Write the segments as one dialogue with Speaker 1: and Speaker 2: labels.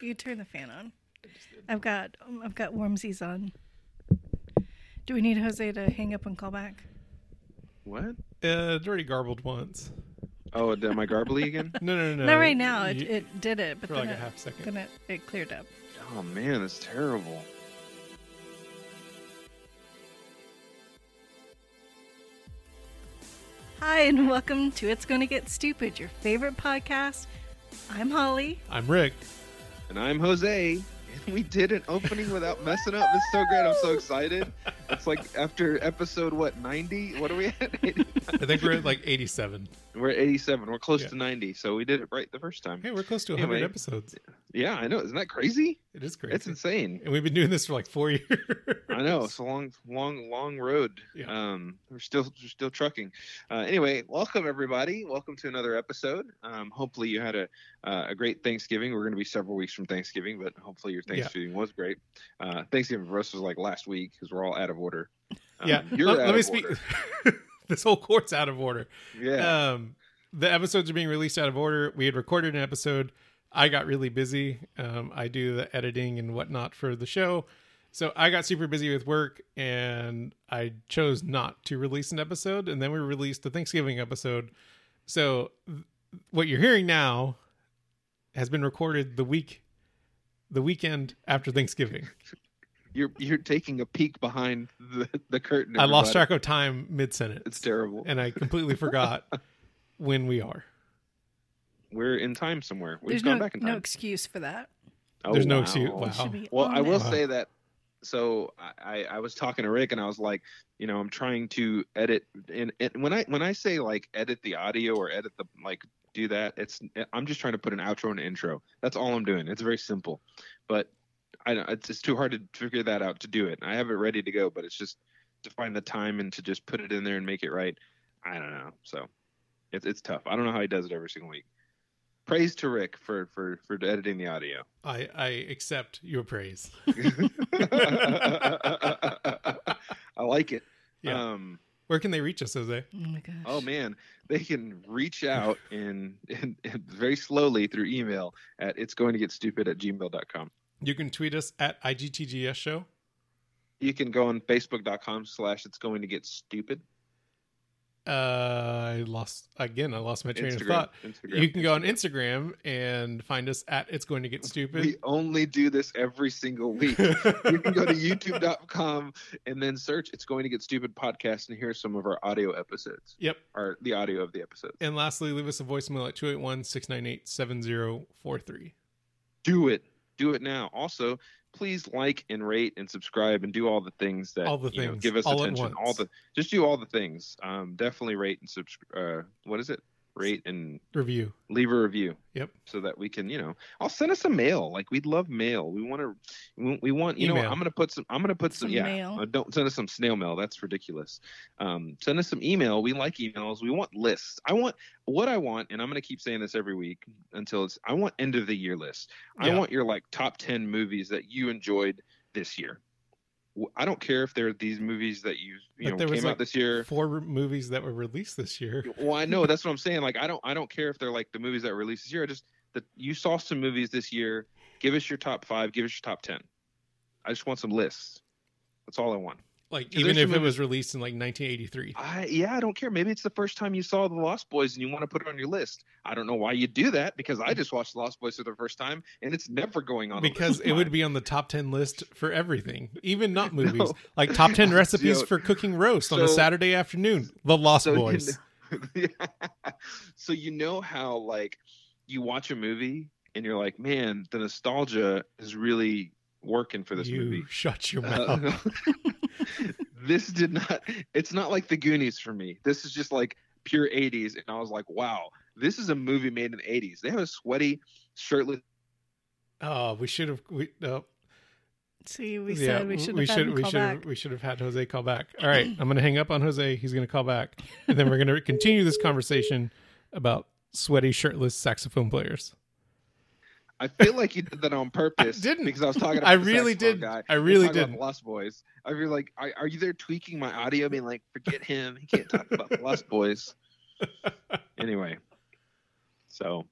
Speaker 1: You turn the fan on. I've got um, I've got warmsies on. Do we need Jose to hang up and call back?
Speaker 2: What?
Speaker 3: Uh, it already garbled once.
Speaker 2: Oh, am I garbly again?
Speaker 3: No, no, no.
Speaker 1: Not right now. It,
Speaker 3: You-
Speaker 1: it did it, but
Speaker 3: for
Speaker 1: then,
Speaker 3: like a
Speaker 1: it,
Speaker 3: half second.
Speaker 1: then it, it cleared up.
Speaker 2: Oh man, that's terrible.
Speaker 1: Hi, and welcome to It's Gonna Get Stupid, your favorite podcast. I'm Holly.
Speaker 3: I'm Rick.
Speaker 2: And I'm Jose. And we did an opening without messing up. It's so great. I'm so excited. It's like after episode what 90? What are we at? 80?
Speaker 3: I think we're at like 87.
Speaker 2: We're at 87. We're close
Speaker 3: Yeah.
Speaker 2: to 90. So we did it right the first time.
Speaker 3: Hey, we're close to 100
Speaker 2: Anyway.
Speaker 3: episodes.
Speaker 2: Yeah, I know. Isn't that crazy?
Speaker 3: It is crazy.
Speaker 2: It's insane.
Speaker 3: and we've been doing this for like four years.
Speaker 2: I know it's a long, long, long road.
Speaker 3: Yeah.
Speaker 2: Um, we're still we're still trucking. Uh, anyway, welcome everybody. Welcome to another episode. Um, hopefully you had a uh, a great Thanksgiving. We're going to be several weeks from Thanksgiving, but hopefully your
Speaker 3: Yeah.
Speaker 2: Thanksgiving was great. Uh, Thanksgiving for us was like last week because we're all out of order. Um,
Speaker 3: yeah.
Speaker 2: you're
Speaker 3: let,
Speaker 2: out
Speaker 3: let me
Speaker 2: of
Speaker 3: speak.
Speaker 2: order.
Speaker 3: this whole court's out of order.
Speaker 2: Yeah,
Speaker 3: Um, the episodes are being released out of order. We had recorded an episode. I got really busy. Um, I do the editing and whatnot for the show. So I got super busy with work and I chose not to release an episode. And then we released the Thanksgiving episode. So th- what you're hearing now has been recorded the week, the weekend after Thanksgiving.
Speaker 2: you're you're taking a peek behind the, the curtain.
Speaker 3: I lost
Speaker 2: everybody.
Speaker 3: track of time mid
Speaker 2: It's
Speaker 3: sentence
Speaker 2: terrible.
Speaker 3: and I completely forgot when we are.
Speaker 2: we're in time somewhere. We've
Speaker 1: There's
Speaker 2: gone
Speaker 1: no,
Speaker 2: back in time.
Speaker 1: no excuse for that.
Speaker 2: Oh,
Speaker 3: There's no excuse.
Speaker 2: wow.
Speaker 3: Wow.
Speaker 1: We should be
Speaker 2: Well,
Speaker 1: on
Speaker 2: I
Speaker 1: it.
Speaker 2: will
Speaker 3: Wow.
Speaker 2: say that. So I, I I was talking to Rick and I was like, you know, I'm trying to edit. And, and when I when I say like edit the audio or edit the like do that, it's I'm just trying to put an outro and an intro. That's all I'm doing. It's very simple, but I don't- it's it's too hard to figure that out to do it. I have it ready to go, but it's just to find the time and to just put it in there and make it right. I don't know. So it's it's tough. I don't know how he does it every single week. Praise to Rick for for for editing the audio.
Speaker 3: I, I accept your praise.
Speaker 2: I like it.
Speaker 3: Yeah.
Speaker 2: Um,
Speaker 3: Where can they reach us, Jose?
Speaker 1: Oh my gosh.
Speaker 2: oh man, they can reach out and, and, and very slowly through email at it's going to get stupid at gmail.com.
Speaker 3: You can tweet us at IGTGS show.
Speaker 2: You can go on facebook.com slash it's going to get stupid.
Speaker 3: Uh, I lost again. I lost my train of
Speaker 2: Instagram.
Speaker 3: thought.
Speaker 2: Instagram.
Speaker 3: You can go on Instagram and find us at It's Going to Get
Speaker 2: we
Speaker 3: Stupid.
Speaker 2: only do this every single week. you can go to youtube.com and then search it's going to get stupid podcast and hear some of our audio episodes
Speaker 3: Yep.
Speaker 2: or the audio of the episodes.
Speaker 3: And lastly, leave us a voicemail at 281 698 7043.
Speaker 2: do it do it now also please like and rate and subscribe and do all the things that
Speaker 3: All the
Speaker 2: you know,
Speaker 3: things,
Speaker 2: give us
Speaker 3: all at
Speaker 2: attention all
Speaker 3: once.
Speaker 2: the just do all the things um definitely rate and subscribe uh what is it rate and
Speaker 3: Review.
Speaker 2: leave a review
Speaker 3: Yep.
Speaker 2: so that we can you know i'll send us a mail like we'd love mail we want to we, we want you know what,
Speaker 3: Email.
Speaker 2: i'm gonna put some i'm gonna put some,
Speaker 1: Some
Speaker 2: yeah
Speaker 1: mail.
Speaker 2: uh, don't send us some snail mail that's ridiculous um send us some email we like emails we want lists i want what i want and i'm gonna keep saying this every week until it's i want end of the year list i
Speaker 3: Yeah.
Speaker 2: want your like top 10 movies that you enjoyed this year W- i don't care if they're these movies that you you
Speaker 3: But
Speaker 2: know
Speaker 3: there
Speaker 2: came
Speaker 3: was,
Speaker 2: out
Speaker 3: like,
Speaker 2: this year
Speaker 3: Four re- movies that were released this year.
Speaker 2: well, I know that's what I'm saying. Like, I don't, I don't care if they're like the movies that were released this year. I just that you saw some movies this year. Give us your top five. Give us your top ten. I just want some lists. That's all I want.
Speaker 3: Like,
Speaker 2: There's
Speaker 3: even
Speaker 2: some
Speaker 3: if it
Speaker 2: movies-
Speaker 3: was released in like 1983.
Speaker 2: I yeah, I don't care. Maybe it's the first time you saw The Lost Boys and you want to put it on your list. I don't know why you do that because I just watched The Lost Boys for the first time and it's never going on a
Speaker 3: Because
Speaker 2: list of
Speaker 3: it would
Speaker 2: mine.
Speaker 3: be on the top 10 list for everything, even not movies. Like top 10 recipes
Speaker 2: Yo.
Speaker 3: for cooking roast on a
Speaker 2: So-
Speaker 3: Saturday afternoon. The Lost
Speaker 2: you
Speaker 3: Boys.
Speaker 2: know- so you know how like you watch a movie and you're like, man, the nostalgia is really working for this
Speaker 3: you
Speaker 2: movie.
Speaker 3: shut your
Speaker 2: Uh,
Speaker 3: mouth.
Speaker 2: this did not it's not like the goonies for me this is just like pure 80s and i was like wow this is a movie made in the 80s they have a sweaty shirtless
Speaker 3: oh, we should have. We, no.
Speaker 1: See, we
Speaker 3: yeah,
Speaker 1: said we should
Speaker 3: we
Speaker 1: have had
Speaker 3: should
Speaker 1: him
Speaker 3: we
Speaker 1: call
Speaker 3: should have,
Speaker 1: back.
Speaker 3: we should have had Jose call back. All right, I'm going to hang up on Jose. He's going to call back, and then we're going to continue this conversation about sweaty, shirtless saxophone players.
Speaker 2: i feel like you did that on purpose
Speaker 3: didn't.
Speaker 2: because i was talking about
Speaker 3: I
Speaker 2: the
Speaker 3: really
Speaker 2: saxophone
Speaker 3: did.
Speaker 2: guy.
Speaker 3: I really
Speaker 2: talking about
Speaker 3: did.
Speaker 2: the Lost Boys. I feel like, I, are you there tweaking my audio, being like, forget him, he can't talk about the Lost Boys. Anyway, so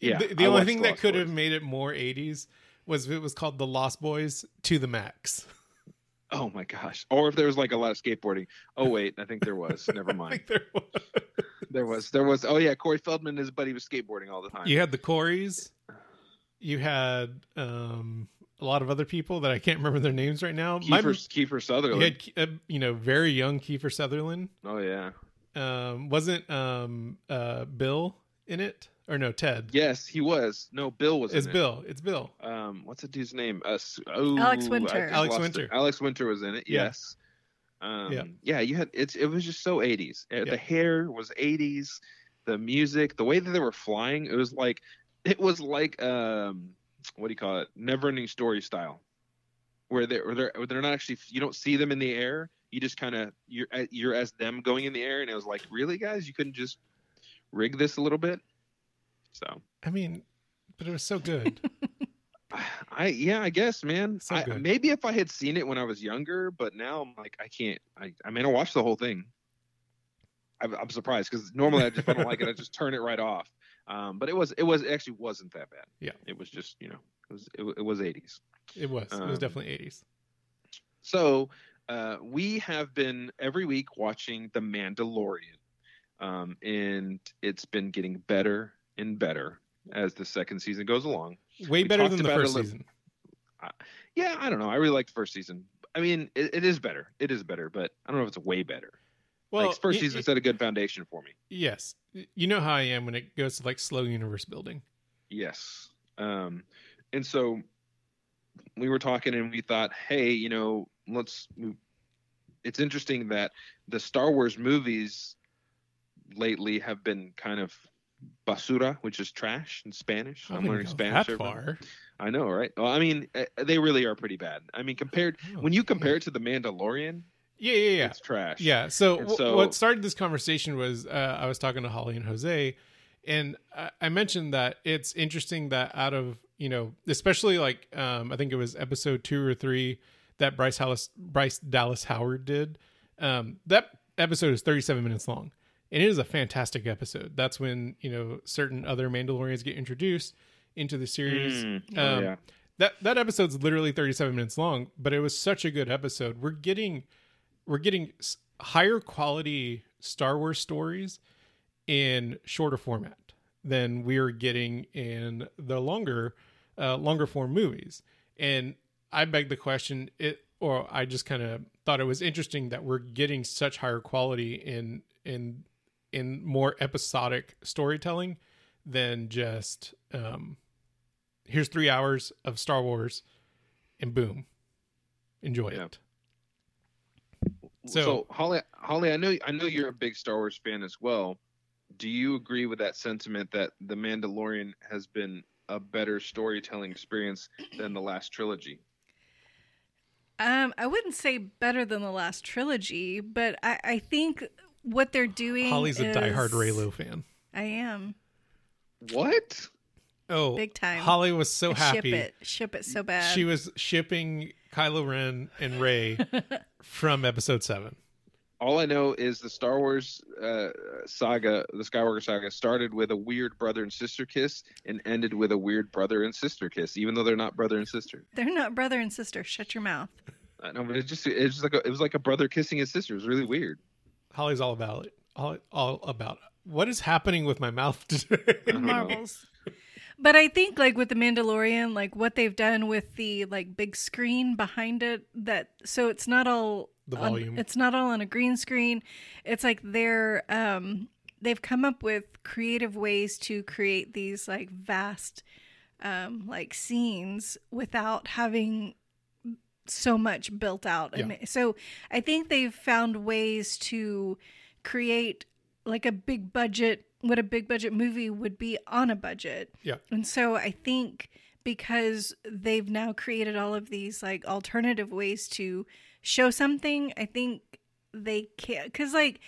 Speaker 2: Yeah,
Speaker 3: the, the
Speaker 2: I
Speaker 3: only
Speaker 2: watched
Speaker 3: thing
Speaker 2: The
Speaker 3: that
Speaker 2: Lost
Speaker 3: could
Speaker 2: Boys.
Speaker 3: have made it more 80s was if it was called The Lost Boys to the Max.
Speaker 2: Oh my gosh! Or if there was like a lot of skateboarding. Oh wait, I think there was. Never
Speaker 3: I
Speaker 2: mind.
Speaker 3: think there was.
Speaker 2: There was. There was. Oh yeah, Corey Feldman and his buddy was skateboarding all the time.
Speaker 3: You had the Coreys. You had um, a lot of other people that I can't remember their names right now. My-
Speaker 2: Kiefer, Kiefer
Speaker 3: you
Speaker 2: Sutherland.
Speaker 3: had, uh, you know, very young Kiefer Sutherland.
Speaker 2: Oh yeah.
Speaker 3: Um, wasn't um, uh, Bill in it? Or no, Ted.
Speaker 2: Yes, he was. No, Bill was.
Speaker 3: It's
Speaker 2: in it.
Speaker 3: Bill. It's Bill.
Speaker 2: Um, what's the dude's name? Uh, s- oh,
Speaker 1: Alex
Speaker 2: I
Speaker 1: Winter.
Speaker 2: just
Speaker 3: Alex
Speaker 2: lost
Speaker 3: Winter.
Speaker 2: it. Alex Winter was in it.
Speaker 3: Yeah.
Speaker 2: Yes. Um,
Speaker 3: Yeah.
Speaker 2: yeah. You had it's. It was just so 80s. Uh,
Speaker 3: Yeah.
Speaker 2: The hair was 80s. The music, the way that they were flying, it was like, it was like um, what do you call it? Never-ending story style, where they where they're where they're not actually. You don't see them in the air. You just kind of you're at- you're as them going in the air, and it was like, really, guys, you couldn't just rig this a little bit. So.
Speaker 3: I mean, but it was so good.
Speaker 2: I yeah, I guess, man.
Speaker 3: So
Speaker 2: I,
Speaker 3: good.
Speaker 2: maybe if I had seen it when I was younger, but now I'm like, I can't. I I mean, I watched the whole thing. I'm, I'm surprised because normally, I just, if I don't like it, I just turn it right off. Um, but it was it was it actually wasn't that bad.
Speaker 3: Yeah.
Speaker 2: it was just you know it was it, wa- it was 80s.
Speaker 3: it was. it was
Speaker 2: Um,
Speaker 3: definitely 80s.
Speaker 2: So uh, we have been every week watching The Mandalorian, um, and it's been getting better and better as the second season goes along.
Speaker 3: Way
Speaker 2: we
Speaker 3: better
Speaker 2: talked
Speaker 3: than the
Speaker 2: about it a
Speaker 3: first
Speaker 2: little-
Speaker 3: season.
Speaker 2: Yeah, I don't know. I really liked the first season. I mean, it, it is better. It is better, but I don't know if it's way better.
Speaker 3: Well,
Speaker 2: like first
Speaker 3: y-
Speaker 2: season
Speaker 3: y-
Speaker 2: set a good foundation for me.
Speaker 3: Yes. You know how I am when it goes to like slow universe building.
Speaker 2: Yes. Um, and so we were talking, and we thought, hey, you know, let's. It's interesting that the Star Wars movies lately have been kind of basura, which is trash in Spanish.
Speaker 3: I
Speaker 2: I'm
Speaker 3: wouldn't
Speaker 2: learning
Speaker 3: go
Speaker 2: Spanish.
Speaker 3: That
Speaker 2: every-
Speaker 3: far.
Speaker 2: I know, right? Well, I mean, eh, they really are pretty bad. I mean, compared when you compare it to The Mandalorian,
Speaker 3: Yeah, Oh, yeah, yeah.
Speaker 2: it's trash.
Speaker 3: Yeah. So,
Speaker 2: And
Speaker 3: w-
Speaker 2: so-
Speaker 3: what started this conversation was uh, I was talking to Holly and Jose, and I, I mentioned that it's interesting that out of you know, especially like um, I think it was episode two or three that Bryce Dallas Bryce Dallas Howard did. Um, that episode is 37 minutes long, and it is a fantastic episode. That's when you know certain other Mandalorians get introduced into the series.
Speaker 2: Mm.
Speaker 3: Um,
Speaker 2: Oh, yeah.
Speaker 3: that that episode's literally 37 minutes long but it was such a good episode we're getting we're getting s- higher quality star wars stories in shorter format than we are getting in the longer uh, longer form movies and i beg the question it or i just kind of thought it was interesting that we're getting such higher quality in in in more episodic storytelling than just um here's three hours of Star Wars, and boom, enjoy
Speaker 2: Yeah.
Speaker 3: it.
Speaker 2: So,
Speaker 3: So-
Speaker 2: Holly, Holly, I know I know you're a big Star Wars fan as well. Do you agree with that sentiment that The Mandalorian has been a better storytelling experience than the last trilogy?
Speaker 1: Um, I wouldn't say better than the last trilogy, but I, I think what they're doing.
Speaker 3: Holly's a
Speaker 1: is,
Speaker 3: diehard Raylo fan.
Speaker 1: I am.
Speaker 2: What?
Speaker 3: Oh,
Speaker 1: Big time.
Speaker 3: Holly was so
Speaker 1: I
Speaker 3: happy.
Speaker 1: Ship it. Ship it so bad.
Speaker 3: She was shipping Kylo Ren and Ray from Episode Seven.
Speaker 2: All I know is the Star Wars uh, saga, the Skywalker saga, started with a weird brother and sister kiss and ended with a weird brother and sister kiss, even though they're not brother and sister.
Speaker 1: They're not brother and sister. Shut your mouth.
Speaker 2: I know, but it just it was just like a, it was like a brother kissing his sister. It was really weird.
Speaker 3: Holly's all about it. All, all about it. what is happening with my mouth today.
Speaker 2: don't know.
Speaker 1: Marbles. But I think like with the Mandalorian, like what they've done with the like big screen behind it, that so it's not all
Speaker 3: The
Speaker 1: on-
Speaker 3: volume.
Speaker 1: it's not all on a green screen. It's like they're um they've come up with creative ways to create these like vast um like scenes without having so much built out. I
Speaker 3: Yeah.
Speaker 1: mean, So I think they've found ways to create like a big budget what a big budget movie would be on a budget.
Speaker 3: Yeah.
Speaker 1: And so I think because they've now created all of these like alternative ways to show something, I think they can't cuz like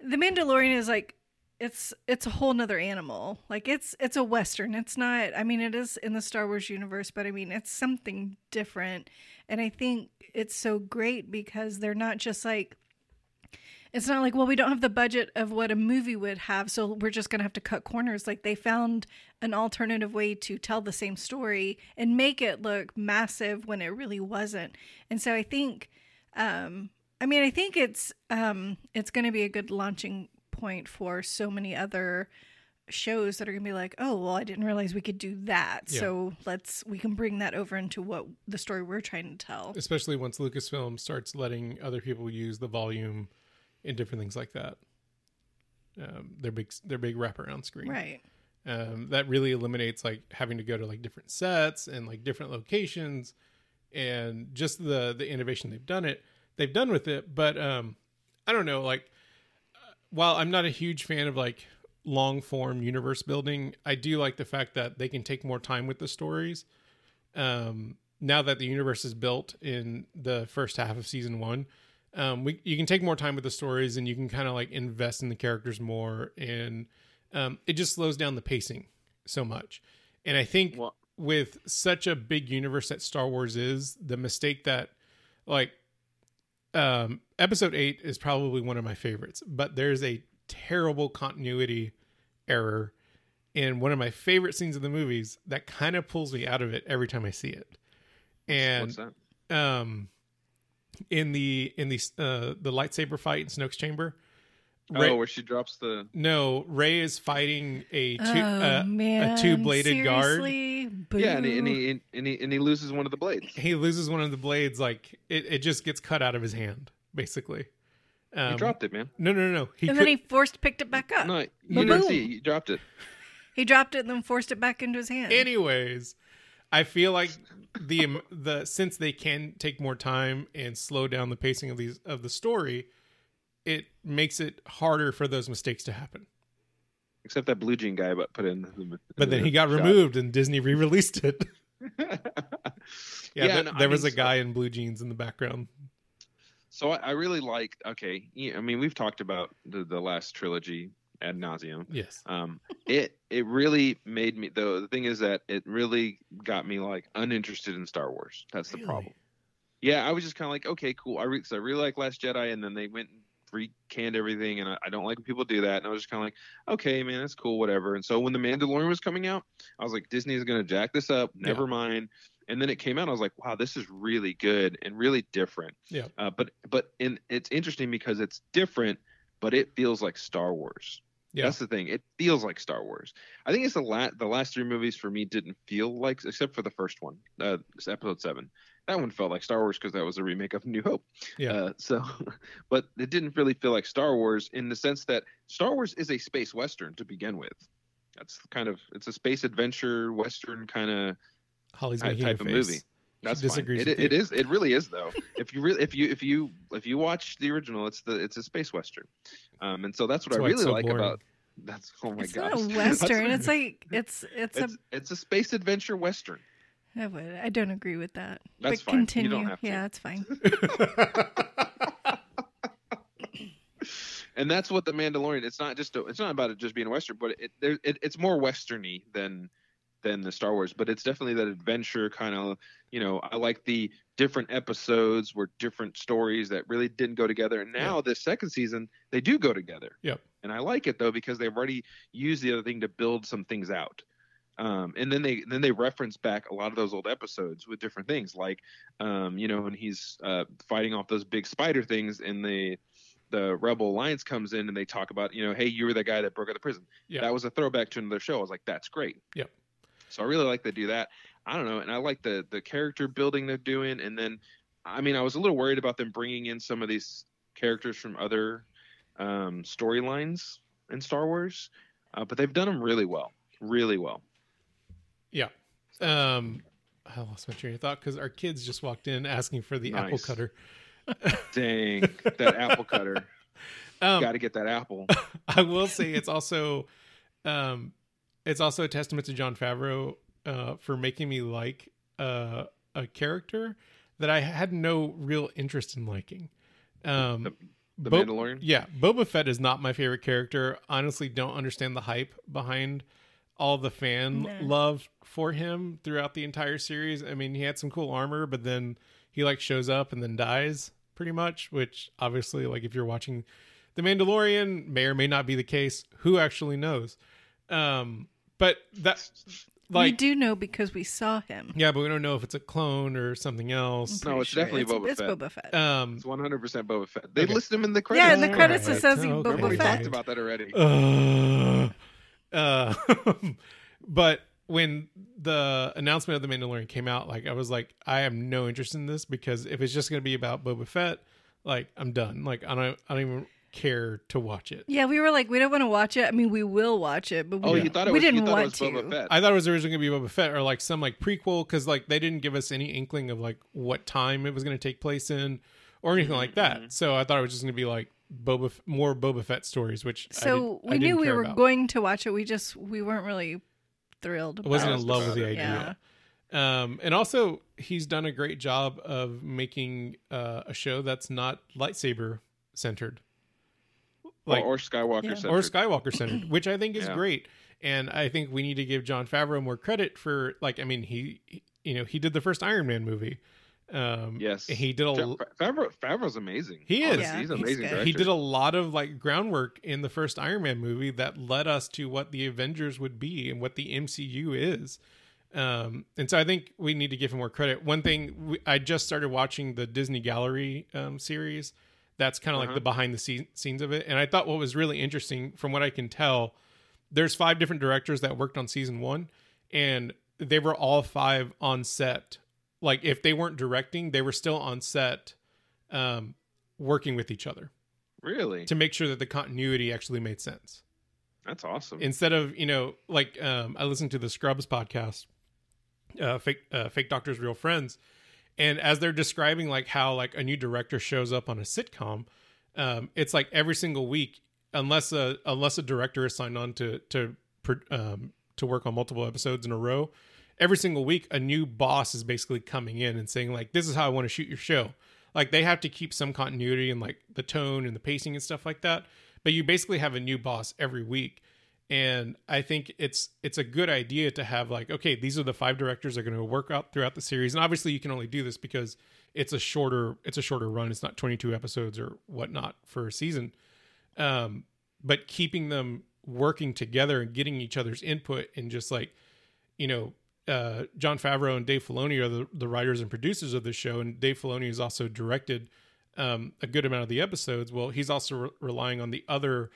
Speaker 1: The Mandalorian is like it's it's a whole nother animal. Like it's it's a western. It's not I mean it is in the Star Wars universe, but I mean it's something different. And I think it's so great because they're not just like It's not like, well, we don't have the budget of what a movie would have, so we're just going to have to cut corners. Like they found an alternative way to tell the same story and make it look massive when it really wasn't. And so I think um I mean, I think it's um it's going to be a good launching point for so many other shows that are going to be like, "Oh, well, I didn't realize we could do that."
Speaker 3: Yeah.
Speaker 1: So, let's we can bring that over into what the story we're trying to tell.
Speaker 3: especially once Lucasfilm starts letting other people use the volume and different things like that. Um, their big their big wraparound screen,
Speaker 1: Right.
Speaker 3: Um, that really eliminates like having to go to like different sets and like different locations, and just the the innovation they've done it they've done with it. But um, I don't know, like uh, while I'm not a huge fan of like long form universe building, I do like the fact that they can take more time with the stories um, now that the universe is built in the first half of season one, um, we you can take more time with the stories and you can kind of like invest in the characters more, and um, it just slows down the pacing so much. And I think
Speaker 2: Well-
Speaker 3: with such a big universe that Star Wars is, the mistake that like um, Episode Eight is probably one of my favorites, but there's a terrible continuity error in one of my favorite scenes of the movies that kind of pulls me out of it every time I see it. And
Speaker 2: What's that?
Speaker 3: um, in the in the uh, the lightsaber fight in Snoke's chamber,
Speaker 2: Oh,
Speaker 3: Ray,
Speaker 2: where she drops the.
Speaker 3: no, Ray is fighting a two,
Speaker 1: oh
Speaker 3: uh,
Speaker 1: man,
Speaker 3: two-bladed guard.
Speaker 1: Seriously? Boo.
Speaker 2: Yeah, and he, and he and he and he loses one of the blades.
Speaker 3: he loses one of the blades, like it, it just gets cut out of his hand, basically. Um,
Speaker 2: he dropped it, man.
Speaker 3: no, no, no, no. He
Speaker 1: and
Speaker 3: could,
Speaker 1: then he forced picked it back up.
Speaker 2: No, you didn't
Speaker 1: boom.
Speaker 2: see. it. You dropped it.
Speaker 1: He dropped it and then forced it back into his hand.
Speaker 3: anyways i feel like the am- the since they can take more time and slow down the pacing of these of the story it makes it harder for those mistakes to happen
Speaker 2: Except that blue jean guy, but put in. The,
Speaker 3: but then he got
Speaker 2: shot.
Speaker 3: removed and disney re-released it
Speaker 2: yeah,
Speaker 3: yeah, th-
Speaker 2: no, I
Speaker 3: there was a
Speaker 2: mean,
Speaker 3: guy in blue jeans in the background
Speaker 2: So I, I really like. Okay, yeah, I mean, we've talked about the, the last trilogy ad nauseum.
Speaker 3: yes
Speaker 2: Um, it it really made me though. The thing is that it really got me like uninterested in Star Wars. That's the problem. Yeah, I was just kind of like, okay, cool. I re- so I really like Last Jedi, and then they went and recanned everything, and I, I don't like when people do that. And I was just kind of like, okay, man, that's cool, whatever. And so when the Mandalorian was coming out, I was like, Disney is gonna jack this up. Never mind. And then it came out, and I was like, wow, this is really good and really different.
Speaker 3: Yeah.
Speaker 2: Uh, but but in, it's interesting because it's different, but it feels like Star Wars.
Speaker 3: Yeah.
Speaker 2: That's the thing. It feels like Star Wars. I think it's the last the last three movies for me didn't feel like except for the first one, uh, it's episode seven. That one felt like Star Wars because that was a remake of New Hope.
Speaker 3: Yeah.
Speaker 2: Uh, so, but it didn't really feel like Star Wars in the sense that Star Wars is a space western to begin with. That's kind of it's a space adventure western kind of
Speaker 3: holly's
Speaker 2: Type-
Speaker 3: making
Speaker 2: type
Speaker 3: a
Speaker 2: of
Speaker 3: face
Speaker 2: movie. That's fine.
Speaker 3: disagrees
Speaker 2: It,
Speaker 3: with
Speaker 2: it
Speaker 3: you.
Speaker 2: is. It really is though. if you really, if you, if you, if you watch the original, it's the it's a space western, um, and so that's what
Speaker 3: That's
Speaker 2: I
Speaker 3: why it's
Speaker 2: really
Speaker 3: so
Speaker 2: like
Speaker 3: boring.
Speaker 2: about. That's oh my
Speaker 1: it's
Speaker 2: gosh.
Speaker 1: not a
Speaker 2: That's-
Speaker 1: western. it's like it's it's,
Speaker 2: it's, it's a space adventure western.
Speaker 1: a. I, would, I don't agree with that.
Speaker 2: That's
Speaker 1: but
Speaker 2: fine. You
Speaker 1: continue.
Speaker 2: don't have to.
Speaker 1: yeah, it's fine.
Speaker 2: and that's what the Mandalorian. It's not just a, it's not about it just being a western, but it, there, it it's more westerny than than the Star Wars. But it's definitely that adventure kind of you know I like the different episodes were different stories that really didn't go together. And now this second season they do go together.
Speaker 3: Yep.
Speaker 2: And I like it though because they've already used the other thing to build some things out. Um, and then they then they reference back a lot of those old episodes with different things like um, you know when he's uh, fighting off those big spider things and the the Rebel Alliance comes in and they talk about, you know, hey, you were the guy that broke out of prison.
Speaker 3: Yeah.
Speaker 2: That was a throwback to another show. I was like, that's great.
Speaker 3: Yep.
Speaker 2: So I really like they do that. I don't know, and I like the the character building they're doing, and then, I mean, I was a little worried about them bringing in some of these characters from other um, storylines in Star Wars, uh, but they've done them really well, really well.
Speaker 3: yeah um i lost my train of thought because our kids just walked in asking for the apple
Speaker 2: Nice.
Speaker 3: cutter
Speaker 2: Dang, that apple cutter,
Speaker 3: um
Speaker 2: got to get that apple.
Speaker 3: I will say it's also, um, it's also a testament to John Favreau uh, for making me like uh, a character that I had no real interest in liking. Um,
Speaker 2: The- The
Speaker 3: Bo-
Speaker 2: Mandalorian.
Speaker 3: yeah, Boba Fett is not my favorite character. Honestly, don't understand the hype behind all the fan
Speaker 1: No.
Speaker 3: love for him throughout the entire series. I mean, he had some cool armor, but then he like shows up and then dies pretty much, which obviously like if you're watching The Mandalorian may or may not be the case. Who actually knows? Um, but that
Speaker 1: we
Speaker 3: like
Speaker 1: do know because we saw him.
Speaker 3: yeah, but we don't know if it's a clone or something
Speaker 1: I'm
Speaker 3: else.
Speaker 2: No,
Speaker 1: pretty
Speaker 2: it's definitely
Speaker 1: it's,
Speaker 2: Boba
Speaker 1: it's
Speaker 2: Fett.
Speaker 1: Boba Fett.
Speaker 3: Um,
Speaker 2: It's 100% Boba Fett. They
Speaker 3: Okay.
Speaker 2: list him in the credits.
Speaker 1: yeah, in the
Speaker 3: All
Speaker 1: credits it
Speaker 3: right.
Speaker 1: says he-
Speaker 3: Okay.
Speaker 1: Boba
Speaker 2: Remember we
Speaker 1: Fett.
Speaker 2: talked about that already.
Speaker 3: Uh, uh, but when the announcement of the Mandalorian came out, like I was like, I have no interest in this because if it's just going to be about Boba Fett, like I'm done. Like I don't, I don't even care to watch it.
Speaker 1: Yeah, we were like, we don't want to watch it. I mean, we will watch it, but we,
Speaker 2: Oh, you
Speaker 1: didn't-
Speaker 2: thought it
Speaker 1: we
Speaker 2: was,
Speaker 1: didn't
Speaker 2: you thought it
Speaker 1: want
Speaker 2: was
Speaker 1: to.
Speaker 2: Boba Fett.
Speaker 3: I thought it was originally going to be Boba Fett or like some like prequel because like they didn't give us any inkling of like what time it was going to take place in or anything like
Speaker 1: Mm-hmm.
Speaker 3: that. So I thought it was just going to be like Boba F- more Boba Fett stories, which I
Speaker 1: So
Speaker 3: did- I
Speaker 1: we knew
Speaker 3: didn't
Speaker 1: we
Speaker 3: care
Speaker 1: were
Speaker 3: about.
Speaker 1: going to watch it. We just we weren't really thrilled.
Speaker 3: I
Speaker 1: About
Speaker 3: wasn't
Speaker 1: it.
Speaker 3: in love with the
Speaker 2: Yeah.
Speaker 3: idea. Um, and also, he's done a great job of making uh, a show that's not lightsaber centered, like
Speaker 2: or,
Speaker 3: or,
Speaker 2: or Skywalker
Speaker 1: Yeah.
Speaker 2: centered.
Speaker 3: Skywalker centered, which I think is
Speaker 2: Yeah.
Speaker 3: great. And I think we need to give John Favreau more credit for, like, I mean, he, he- you know, he did the first Iron Man movie. Um,
Speaker 2: Yes.
Speaker 3: he did a
Speaker 2: Fa- Fa- Favreau, Favreau's amazing.
Speaker 3: He is.
Speaker 2: Honestly,
Speaker 1: Yeah,
Speaker 2: he's
Speaker 1: he's
Speaker 2: an amazing
Speaker 1: good.
Speaker 2: director.
Speaker 3: he did a lot of like groundwork in the first Iron Man movie that led us to what the Avengers would be and what the MCU is. Um, and so I think we need to give him more credit. One thing we, I just started watching the Disney Gallery um, series. That's kind of like
Speaker 2: Uh-huh.
Speaker 3: the behind the scene, scenes of it. And I thought what was really interesting, from what I can tell, there's five different directors that worked on season one, and they were all five on set. Like if they weren't directing, they were still on set, um, working with each other
Speaker 2: really?
Speaker 3: to make sure that the continuity actually made sense
Speaker 2: That's awesome.
Speaker 3: instead of you know like um, i listened to the scrubs podcast uh, fake uh, fake doctors real friends and as they're describing like how like a new director shows up on a sitcom um, it's like every single week unless a unless a director is signed on to to pr- um, to work on multiple episodes in a row every single week a new boss is basically coming in and saying like this is how i want to shoot your show like they have to keep some continuity and like the tone and the pacing and stuff like that but you basically have a new boss every week and i think it's it's a good idea to have like okay these are the five directors that are going to work out throughout the series and obviously you can only do this because it's a shorter it's a shorter run it's not 22 episodes or whatnot for a season um but keeping them working together and getting each other's input and just like you know uh john favreau and dave filoni are the, the writers and producers of the show and dave filoni has also directed um a good amount of the episodes well he's also re- relying on the other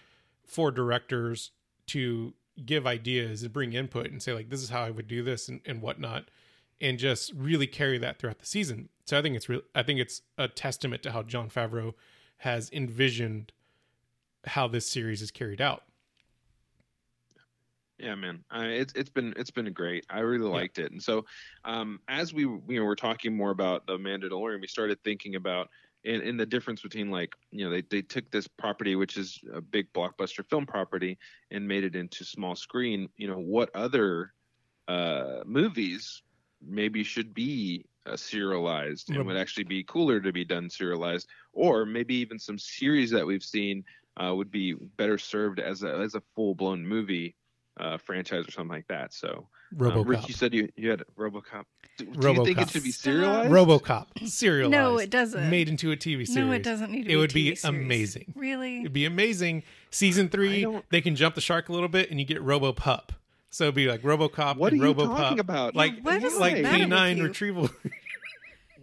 Speaker 3: four directors to give ideas and bring input and say like this is how i would do this and, and whatnot and just really carry that throughout the season so i think it's real i think it's a testament to how john favreau has envisioned how this series is carried out
Speaker 2: Yeah, man, I, it's it's been it's been great. I really liked it, and so um, as we you know were talking more about the Mandalorian, we started thinking about and, and the difference between like you know they they took this property, which is a big blockbuster film property, and made it into small screen. You know what other uh, movies maybe should be uh, serialized and
Speaker 3: Yep.
Speaker 2: would actually be cooler to be done serialized, or maybe even some series that we've seen uh, would be better served as a as a full blown movie uh, franchise or something like that. So, um, Rick, you
Speaker 3: robocop
Speaker 2: said you, you had RoboCop. Do, do you think it
Speaker 3: RoboCop.
Speaker 2: should be
Speaker 1: Stop.
Speaker 2: serialized?
Speaker 3: robocop serialized
Speaker 1: No, it doesn't.
Speaker 3: made into a tv series
Speaker 1: No, it doesn't need to.
Speaker 3: It
Speaker 1: Be a
Speaker 3: would be
Speaker 1: TV series.
Speaker 3: amazing.
Speaker 1: Really?
Speaker 3: It'd be amazing. Season
Speaker 2: I
Speaker 3: three,
Speaker 2: don't-
Speaker 3: they can jump the shark a little bit, and you get RoboPup. So it'd be like RoboCop
Speaker 2: What are
Speaker 3: and
Speaker 2: you
Speaker 3: RoboPup,
Speaker 2: talking about?
Speaker 3: like
Speaker 1: what is
Speaker 3: like
Speaker 1: the matter
Speaker 3: K
Speaker 1: with
Speaker 3: nine
Speaker 1: you?
Speaker 3: retrieval.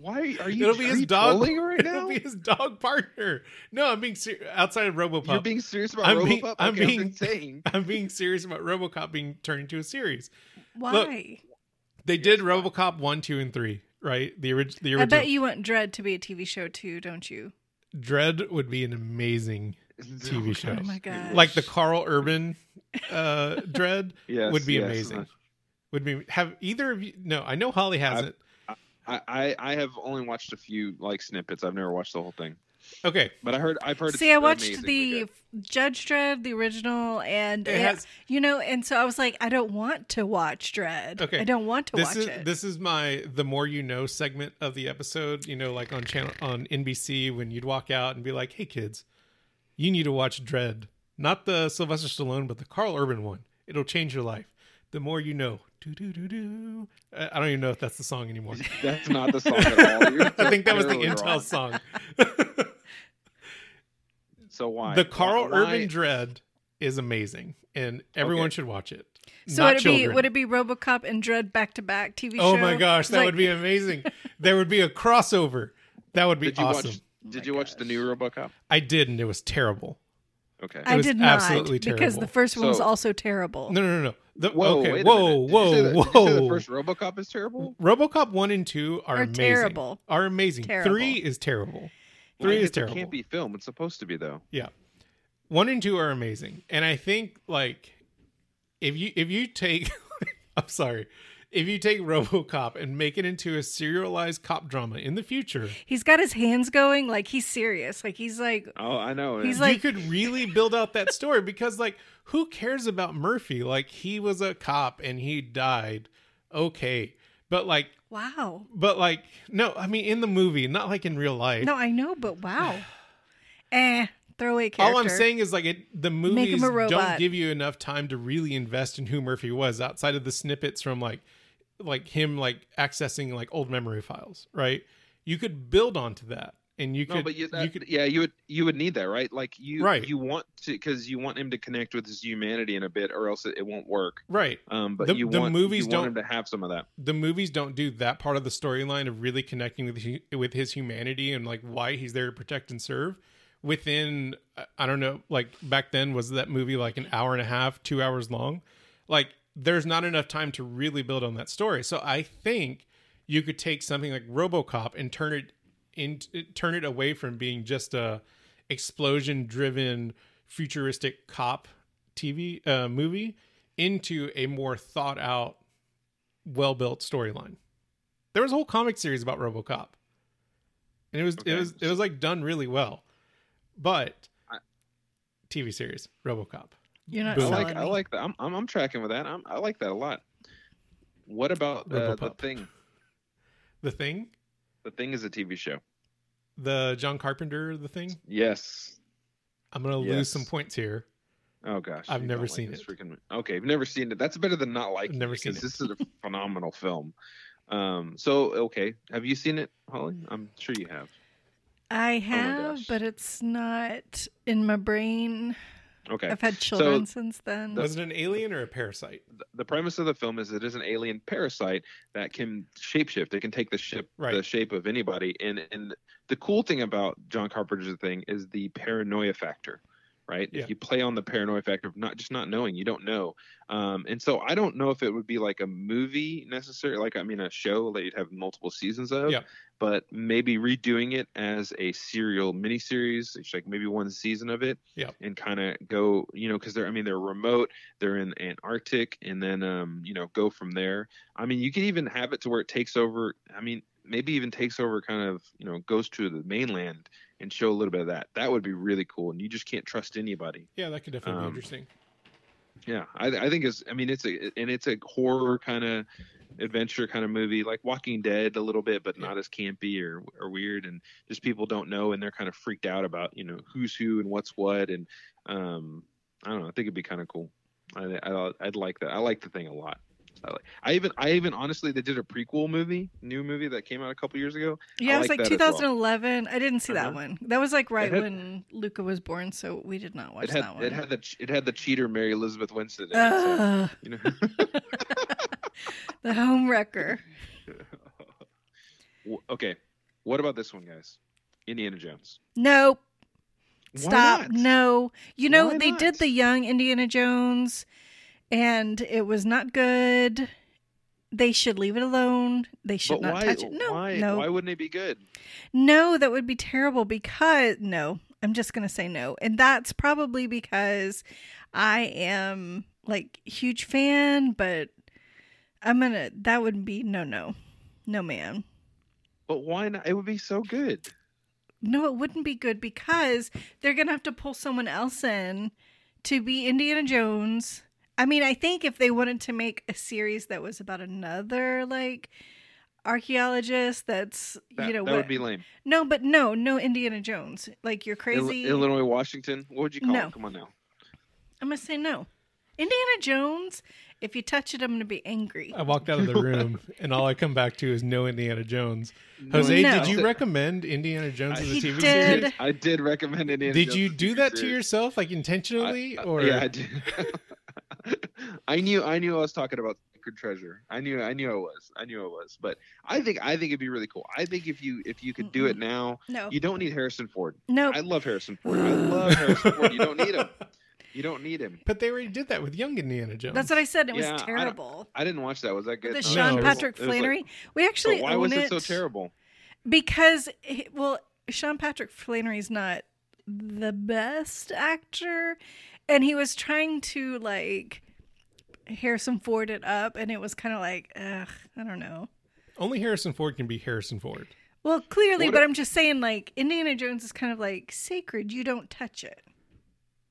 Speaker 2: why are you?
Speaker 3: It'll be
Speaker 2: are
Speaker 3: his
Speaker 2: you
Speaker 3: dog.
Speaker 2: trolling right now?
Speaker 3: It'll be his dog partner. No, I'm being ser- outside of RoboPup.
Speaker 2: You're being serious about
Speaker 3: I'm
Speaker 2: RoboCop?
Speaker 3: being-
Speaker 2: okay,
Speaker 3: I'm
Speaker 2: that's
Speaker 3: being-
Speaker 2: insane.
Speaker 3: I'm being serious about RoboCop being turned into a series.
Speaker 1: Why?
Speaker 3: They did RoboCop one, two, and three. Right, the, orig- the original.
Speaker 1: I bet you want Dread to be a TV show too, don't you?
Speaker 3: Dread would be an amazing, TV
Speaker 2: No,
Speaker 3: show.
Speaker 2: gosh.
Speaker 1: Oh my gosh.
Speaker 3: like the Carl Urban uh, Dread
Speaker 2: Yes,
Speaker 3: would be
Speaker 2: yes.
Speaker 3: amazing. Would be have either of you? No, I know Holly hasn't.
Speaker 2: I, I I have only watched a few like snippets. I've never watched the whole thing,
Speaker 3: Okay.
Speaker 2: but I heard I've heard.
Speaker 1: See,
Speaker 2: it's
Speaker 1: I watched
Speaker 2: amazingly
Speaker 1: the
Speaker 2: good.
Speaker 1: Judge Dredd, the original, and
Speaker 3: It has-
Speaker 1: you know, and so I was like, I don't want to watch Dredd.
Speaker 3: Okay.
Speaker 1: I don't want to
Speaker 3: This
Speaker 1: watch
Speaker 3: is
Speaker 1: it.
Speaker 3: this is my the more you know segment of the episode, you know, like on channel on NBC when you'd walk out and be like, "Hey kids, you need to watch Dread. Not the Sylvester Stallone, but the Carl Urban one. It'll change your life. The more you know." Do do do do. I I don't even know if that's the song anymore.
Speaker 2: That's not the song at all. You're
Speaker 3: I think that was the
Speaker 2: terribly
Speaker 3: Intel
Speaker 2: wrong.
Speaker 3: song.
Speaker 2: So why
Speaker 3: The Carl
Speaker 2: why,
Speaker 3: Urban Dread is amazing, and everyone
Speaker 2: Okay.
Speaker 3: should watch it.
Speaker 1: So
Speaker 3: Not
Speaker 1: would it be
Speaker 3: children.
Speaker 1: would it be RoboCop and Dread back to back TV show?
Speaker 3: Oh my gosh,
Speaker 1: It's
Speaker 3: that
Speaker 1: like-
Speaker 3: would be amazing. there would be a crossover. That would be
Speaker 2: Did you
Speaker 3: awesome. Oh
Speaker 2: watch?
Speaker 1: my
Speaker 2: Did you watch the
Speaker 1: gosh.
Speaker 2: new RoboCop?
Speaker 3: I did, and it was terrible.
Speaker 2: Okay.
Speaker 1: I
Speaker 3: was
Speaker 1: did not
Speaker 3: absolutely
Speaker 1: because the
Speaker 3: terrible.
Speaker 1: first one was
Speaker 2: So-
Speaker 1: also terrible.
Speaker 3: No, no, no, no. The,
Speaker 2: whoa!
Speaker 3: okay,
Speaker 2: wait a
Speaker 3: whoa,
Speaker 2: minute. Did
Speaker 3: whoa,
Speaker 2: you say that-
Speaker 3: whoa.
Speaker 2: Did you say the first RoboCop is terrible?
Speaker 3: RoboCop one and two are
Speaker 1: Are
Speaker 3: amazing.
Speaker 1: terrible.
Speaker 3: Are amazing.
Speaker 1: Terrible.
Speaker 3: Three is terrible.
Speaker 2: Well,
Speaker 3: Three
Speaker 2: I
Speaker 3: is
Speaker 2: guess
Speaker 3: terrible.
Speaker 2: It can't be film. It's supposed to be though.
Speaker 3: Yeah, one and two are amazing, and I think like if you if you take, I'm sorry, if you take RoboCop and make it into a serialized cop drama in the future,
Speaker 1: He's got his hands going like he's serious. Like he's like
Speaker 2: Oh, I know.
Speaker 1: He's
Speaker 2: It's-
Speaker 1: like-
Speaker 3: you could really build out that story because like who cares about Murphy? Like he was a cop and he died. Okay, but like
Speaker 1: wow.
Speaker 3: but like no, I mean in the movie, not like in real life.
Speaker 1: No, I know, but wow. eh, throwaway character.
Speaker 3: All I'm saying is like it, the
Speaker 1: him a
Speaker 3: movies don't
Speaker 1: robot.
Speaker 3: give you enough time to really invest in who Murphy was outside of the snippets from like like him like accessing like old memory files, right? You could build onto that and you
Speaker 2: no,
Speaker 3: could
Speaker 2: but you, that,
Speaker 3: you could
Speaker 2: yeah, you would you would need that, right? Like you
Speaker 3: Right.
Speaker 2: you want to because you want him to connect with his humanity in a bit, or else it, it won't work.
Speaker 3: right.
Speaker 2: Um, but
Speaker 3: The-
Speaker 2: you
Speaker 3: the
Speaker 2: want
Speaker 3: movies
Speaker 2: you
Speaker 3: don't-
Speaker 2: want him to have some of that.
Speaker 3: The movies don't do that part of the storyline of really connecting with hu- with his humanity and like why he's there to protect and serve within I- I don't know, like back then was that movie like an hour and a half, 2 hours long? Like there's not enough time to really build on that story. So I think you could take something like RoboCop and turn it in turn it away from being just a explosion driven futuristic cop TV uh, movie into a more thought out well built storyline. There was a whole comic series about RoboCop. And it was
Speaker 2: Okay.
Speaker 3: it was it was like done really well. But
Speaker 2: I-
Speaker 3: TV series RoboCop.
Speaker 1: You're not
Speaker 3: Boom.
Speaker 2: I
Speaker 1: selling
Speaker 2: like
Speaker 1: me.
Speaker 2: I like that. I'm, I'm I'm tracking with that. I'm, I like that a lot. What about uh, the
Speaker 3: Robopop.
Speaker 2: thing?
Speaker 3: The thing,
Speaker 2: The thing is a TV show.
Speaker 3: the John Carpenter the thing.
Speaker 2: Yes.
Speaker 3: I'm going to lose
Speaker 2: Yes.
Speaker 3: some points here.
Speaker 2: Oh gosh,
Speaker 3: I've
Speaker 2: you
Speaker 3: never
Speaker 2: don't
Speaker 3: seen
Speaker 2: this
Speaker 3: it.
Speaker 2: Freaking... mo- Okay, you've never seen it. That's better than not liking.
Speaker 3: never
Speaker 2: it,
Speaker 3: seen
Speaker 2: because
Speaker 3: it.
Speaker 2: This is a phenomenal film. Um, so okay, have you seen it, Holly? I'm sure you have.
Speaker 1: I have,
Speaker 2: oh gosh.
Speaker 1: but it's not in my brain.
Speaker 2: Okay,
Speaker 1: I've had children since then.
Speaker 3: Was it an alien or a parasite?
Speaker 2: th- the premise of the film is it is an alien parasite that can shapeshift. It can take the ship
Speaker 3: Right.
Speaker 2: the shape of anybody. And and the cool thing about John Carpenter's thing is the paranoia factor, right?
Speaker 3: Yeah.
Speaker 2: If you play on the paranoia factor of not just not knowing, you don't know. Um, and so I don't know if it would be like a movie necessary, like I mean a show that you'd have multiple seasons of.
Speaker 3: Yeah.
Speaker 2: But maybe redoing it as a serial miniseries, it's like maybe one season of it,
Speaker 3: Yeah.
Speaker 2: and kind of go, you know, because they're I mean they're remote they're in Antarctic, and then um, you know go from there. I mean, you could even have it to where it takes over. I mean, maybe even takes over, kind of you know goes to the mainland and show a little bit of that. That would be really cool, and you just can't trust anybody.
Speaker 3: Yeah, that could definitely be
Speaker 2: Um,
Speaker 3: interesting.
Speaker 2: Yeah, I, I think it's. I mean, it's a and it's a horror kind of adventure kind of movie, like Walking Dead a little bit, but not as campy or or weird, and just people don't know and they're kind of freaked out about you know who's who and what's what, and um, I don't know. I think it'd be kind of cool. I, I I'd like that. I like the thing a lot. I like. I even I even honestly they did a prequel movie, new movie that came out a couple years ago.
Speaker 1: yeah,
Speaker 2: I
Speaker 1: it was
Speaker 2: like
Speaker 1: like,
Speaker 2: that as well.
Speaker 1: 2011. I didn't see that
Speaker 2: Uh-huh.
Speaker 1: one. That was like right
Speaker 2: had-
Speaker 1: when Luca was born, so we did not watch
Speaker 2: It had
Speaker 1: that one.
Speaker 2: it had the ch- it had the cheater Mary Elizabeth Winston. In it, so,
Speaker 1: Ugh,
Speaker 2: you know.
Speaker 1: the home wrecker.
Speaker 2: Wh- okay, what about this one, guys? Indiana Jones.
Speaker 1: Nope.
Speaker 2: Why
Speaker 1: Stop.
Speaker 2: not?
Speaker 1: No. You know,
Speaker 2: Why
Speaker 1: they
Speaker 2: not?
Speaker 1: did the young Indiana Jones and it was not good. They should leave it alone. They should
Speaker 2: But
Speaker 1: not
Speaker 2: why?
Speaker 1: touch it. No,
Speaker 2: why,
Speaker 1: no.
Speaker 2: why wouldn't it be good?
Speaker 1: No, that would be terrible because no, I'm just going to say no. And that's probably because I am like huge fan, but I'm going to that would be no no. No man.
Speaker 2: But why not? It would be so good.
Speaker 1: No, it wouldn't be good because they're going to have to pull someone else in to be Indiana Jones. I mean, I think if they wanted to make a series that was about another like archaeologist that's
Speaker 2: That,
Speaker 1: you know
Speaker 2: that
Speaker 1: what
Speaker 2: would be lame.
Speaker 1: No, but no, no Indiana Jones. Like you're
Speaker 2: Ill-
Speaker 1: crazy.
Speaker 2: Illinois, Washington. What would you call
Speaker 1: No.
Speaker 2: it? Come on now.
Speaker 1: I'm gonna say no. Indiana Jones, if you touch it, I'm going to be angry.
Speaker 3: I walked out of the room, and all I come back to is no Indiana Jones. Jose,
Speaker 1: No.
Speaker 3: did you recommend Indiana Jones as a
Speaker 1: He
Speaker 3: TV
Speaker 1: did.
Speaker 3: series?
Speaker 2: I did recommend it.
Speaker 3: Did you do that to yourself, like intentionally, or
Speaker 2: Yeah, I did. I knew I knew I was talking about Sacred Treasure. I knew I knew I was. I knew I was. But I think I think it'd be really cool. I think if you if you could do it now,
Speaker 1: No,
Speaker 2: you don't need Harrison Ford.
Speaker 1: no.
Speaker 2: I love Harrison Ford. I love Harrison Ford. You don't need him. You don't need him.
Speaker 3: But they already did that with young Indiana Jones.
Speaker 1: That's what I said. It was
Speaker 2: Yeah, I don't-
Speaker 1: terrible.
Speaker 2: I didn't watch that. Was that good?
Speaker 1: The
Speaker 2: No,
Speaker 1: Sean
Speaker 2: it was-
Speaker 1: Patrick
Speaker 2: it was like-
Speaker 1: Flannery. we
Speaker 2: So
Speaker 1: actually
Speaker 2: why
Speaker 1: own
Speaker 2: was
Speaker 1: it,
Speaker 2: it so terrible?
Speaker 1: because he- well, Sean Patrick Flannery's not the best actor, and he was trying to like Harrison Ford it up, and it was kind of like, ugh, I don't know.
Speaker 3: Only Harrison Ford can be Harrison Ford.
Speaker 1: Well, clearly,
Speaker 2: What
Speaker 1: but
Speaker 2: a-
Speaker 1: i I'm just saying, like Indiana Jones is kind of like sacred. You don't touch it.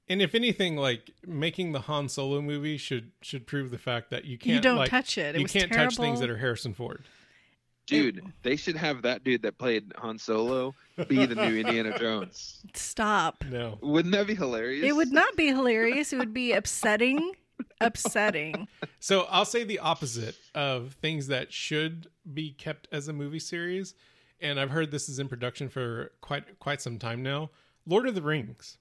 Speaker 3: And if anything, like making the Han Solo movie should should prove the fact that you can't
Speaker 1: you don't
Speaker 3: like,
Speaker 1: touch it. It
Speaker 3: you
Speaker 1: was
Speaker 3: can't
Speaker 1: terrible.
Speaker 3: touch things that are Harrison Ford.
Speaker 2: Dude, they should have that dude that played Han Solo be the new Indiana Jones.
Speaker 1: Stop.
Speaker 3: No,
Speaker 2: Wouldn't that be hilarious?
Speaker 1: It would not be hilarious. It would be upsetting. upsetting.
Speaker 3: So I'll say the opposite of things that should be kept as a movie series, and I've heard this is in production for quite quite some time now. Lord of the Rings.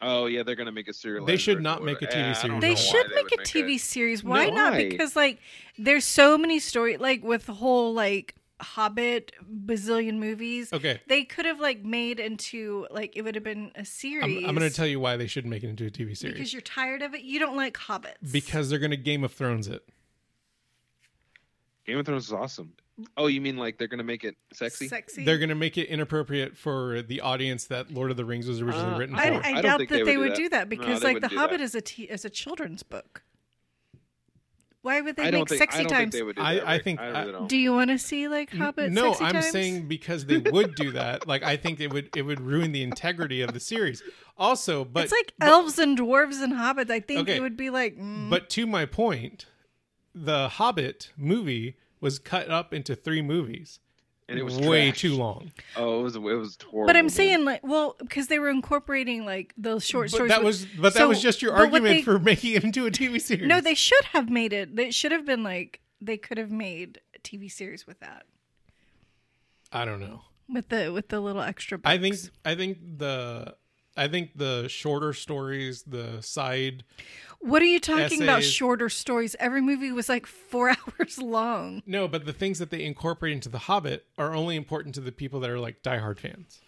Speaker 2: Oh yeah, they're gonna make a serial.
Speaker 3: They should not make a TV
Speaker 2: Eh,
Speaker 3: series
Speaker 1: They
Speaker 3: know
Speaker 1: should make a TV series. Why
Speaker 2: No.
Speaker 1: not?
Speaker 2: Why?
Speaker 1: Because like there's so many story like with the whole like Hobbit bazillion movies.
Speaker 3: Okay,
Speaker 1: They could have like made into like it would have been a
Speaker 3: I'm,
Speaker 1: series.
Speaker 3: I'm going to tell you why they shouldn't make it into a TV series.
Speaker 1: because
Speaker 3: Because,
Speaker 1: you're tired of it. You don't like hobbits.
Speaker 3: they're going to Game of Thrones it.
Speaker 2: Game of Thrones is awesome. Oh, you mean like they're gonna make it sexy?
Speaker 1: sexy.
Speaker 3: They're going to make it inappropriate for the audience that Lord of the Rings was originally
Speaker 2: Uh,
Speaker 3: written for.
Speaker 1: I,
Speaker 2: I
Speaker 1: I,
Speaker 2: don't
Speaker 1: doubt
Speaker 2: think
Speaker 1: that they, would do that
Speaker 2: No,
Speaker 1: because
Speaker 2: they
Speaker 1: like The
Speaker 2: wouldn't do
Speaker 1: Hobbit
Speaker 2: that.
Speaker 1: is a t- is a children's book. Why would they
Speaker 2: I don't
Speaker 1: make
Speaker 2: think.
Speaker 1: sexy
Speaker 2: I don't
Speaker 1: times?
Speaker 2: think they would do
Speaker 3: I-
Speaker 2: that.
Speaker 3: I
Speaker 2: Rick.
Speaker 3: think-
Speaker 2: I
Speaker 3: I-
Speaker 2: really don't.
Speaker 1: Do you want to see like Hobbit?
Speaker 3: no,
Speaker 1: sexy
Speaker 3: I'm
Speaker 1: times?
Speaker 3: saying because they would do that. Like I think it would it would ruin the integrity of the series. Also, but
Speaker 1: it's like elves and dwarves and hobbits. I think
Speaker 3: Okay.
Speaker 1: it would be like. mm,
Speaker 3: But to my point, the Hobbit movie was cut up into three movies.
Speaker 2: and it was
Speaker 3: way
Speaker 2: trash.
Speaker 3: too long.
Speaker 2: Oh, it was it was horrible.
Speaker 1: But I'm
Speaker 2: dude.
Speaker 1: saying like, well, because they were incorporating like those short
Speaker 3: But
Speaker 1: stories.
Speaker 3: that
Speaker 1: with-
Speaker 3: was but that
Speaker 1: so-
Speaker 3: was just your
Speaker 1: but what
Speaker 3: argument
Speaker 1: they-
Speaker 3: for making it into a TV series.
Speaker 1: No, they should have made it. They should have been like they could have made a TV series with that,
Speaker 3: I don't know.
Speaker 1: with the with the little extra. Books.
Speaker 3: I think I think the I think the shorter stories, the side
Speaker 1: What are you talking about?
Speaker 3: essays-
Speaker 1: Shorter stories. Every movie was like four hours long.
Speaker 3: no, but the things that they incorporate into the Hobbit are only important to the people that are like diehard fans.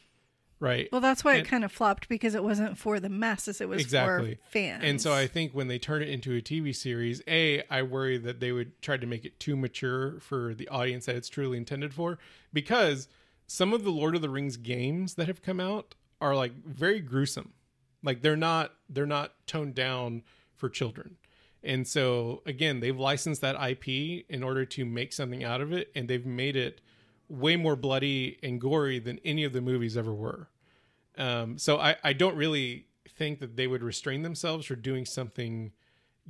Speaker 3: Right.
Speaker 1: Well, that's why it
Speaker 3: And-
Speaker 1: kind of flopped because it wasn't for the masses. It was
Speaker 3: Exactly.
Speaker 1: for fans.
Speaker 3: And so I think when they turn it into a TV series, A, I worry that they would try to make it too mature for the audience that it's truly intended for because some of the Lord of the Rings games that have come out are like very gruesome. Like they're not they're not toned down for children. And so again, they've licensed that IP in order to make something out of it and they've made it way more bloody and gory than any of the movies ever were. Um, so I, I don't really think that they would restrain themselves for doing something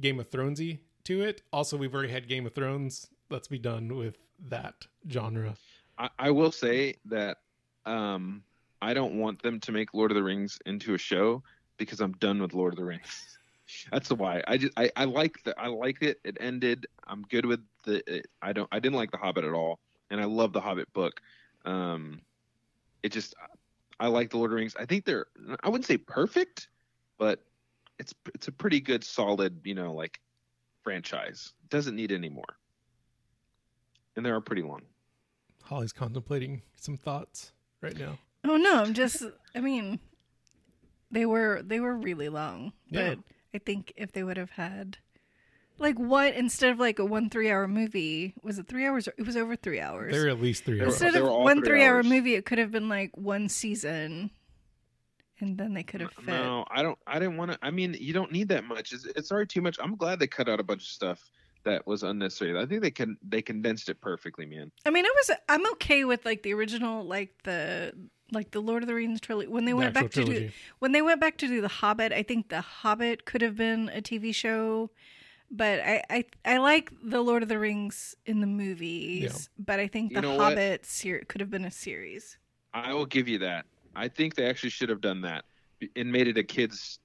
Speaker 3: Game of Thronesy to it. Also, we've already had Game of Thrones. Let's be done with that genre.
Speaker 2: I, I will say that um, I don't want them to make Lord of the Rings into a show because I'm done with Lord of the Rings. That's why I just I, I like the I liked it. It ended. I'm good with the. It, I don't. I didn't like the Hobbit at all, and I love the Hobbit book. Um, it just I like the Lord of the Rings. I think they're I wouldn't say perfect, but it's it's a pretty good solid you know like franchise. doesn't need any more, and they are pretty long.
Speaker 3: Holly's contemplating some thoughts right now.
Speaker 1: Oh no, I'm just I mean they were they were really long.
Speaker 3: Yeah.
Speaker 1: But I think if they would have had like what instead of like a one three hour movie, was it three hours or it was over three hours.
Speaker 3: There are at least three.
Speaker 2: There were-
Speaker 3: hours.
Speaker 1: instead
Speaker 2: they
Speaker 1: of
Speaker 2: were all
Speaker 1: one
Speaker 2: three
Speaker 1: three hour
Speaker 2: hours.
Speaker 1: movie it could have been like one season and then they could have fit.
Speaker 2: No, I don't. I didn't want to. I mean, you don't need that much. It's, it's already too much. I'm glad they cut out a bunch of stuff that was unnecessary. I think they can they condensed it perfectly, man.
Speaker 1: I mean I was I'm okay with like the original like the like the Lord of the Rings trilogy when they
Speaker 3: The
Speaker 1: went
Speaker 3: actual
Speaker 1: back to do
Speaker 3: trilogy.
Speaker 1: when they went back to do the hobbit i think the hobbit could have been a tv show but i i, I like the lord of the rings in the movies but i think
Speaker 2: You
Speaker 1: the
Speaker 2: know what?
Speaker 1: hobbit ser- could have been a series
Speaker 2: I will give you that. I think they actually should have done that and made it a kids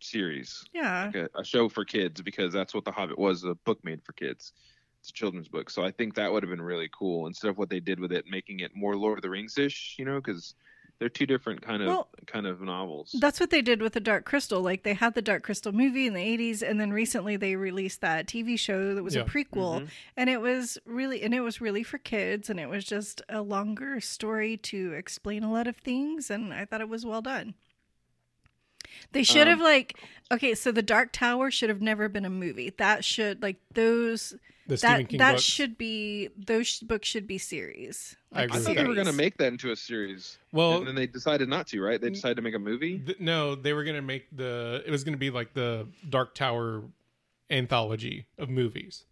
Speaker 2: series,
Speaker 1: Yeah.
Speaker 2: like a, a show for kids, because that's what The Hobbit was a book made for kids. It's a children's book. So I think that would have been really cool instead of what they did with it, making it more Lord of the Rings ish, you know, because they're two different kind of
Speaker 1: Well,
Speaker 2: kind of novels.
Speaker 1: That's what they did with the Dark Crystal. Like they had the Dark Crystal movie in the 80s and then recently they released that TV show that was
Speaker 3: Yeah. Mm-hmm.
Speaker 1: a prequel
Speaker 2: Mhm.
Speaker 1: and it was really and it was really for kids and it was just a longer story to explain a lot of things and I thought it was well done. They should
Speaker 2: Um,
Speaker 1: have like okay, so the Dark Tower should have never been a movie. That should like those
Speaker 3: The Stephen
Speaker 1: that
Speaker 3: King
Speaker 1: that
Speaker 3: books.
Speaker 1: should be those sh- books should be series.
Speaker 3: I
Speaker 1: Like
Speaker 3: agree
Speaker 2: I
Speaker 3: with
Speaker 2: thought they were
Speaker 1: series.
Speaker 2: going to make that into a series.
Speaker 3: well,
Speaker 2: and then they decided not to, right? They decided to make a movie.
Speaker 3: th- no, they were gonna make the. It was gonna be like the Dark Tower anthology of movies.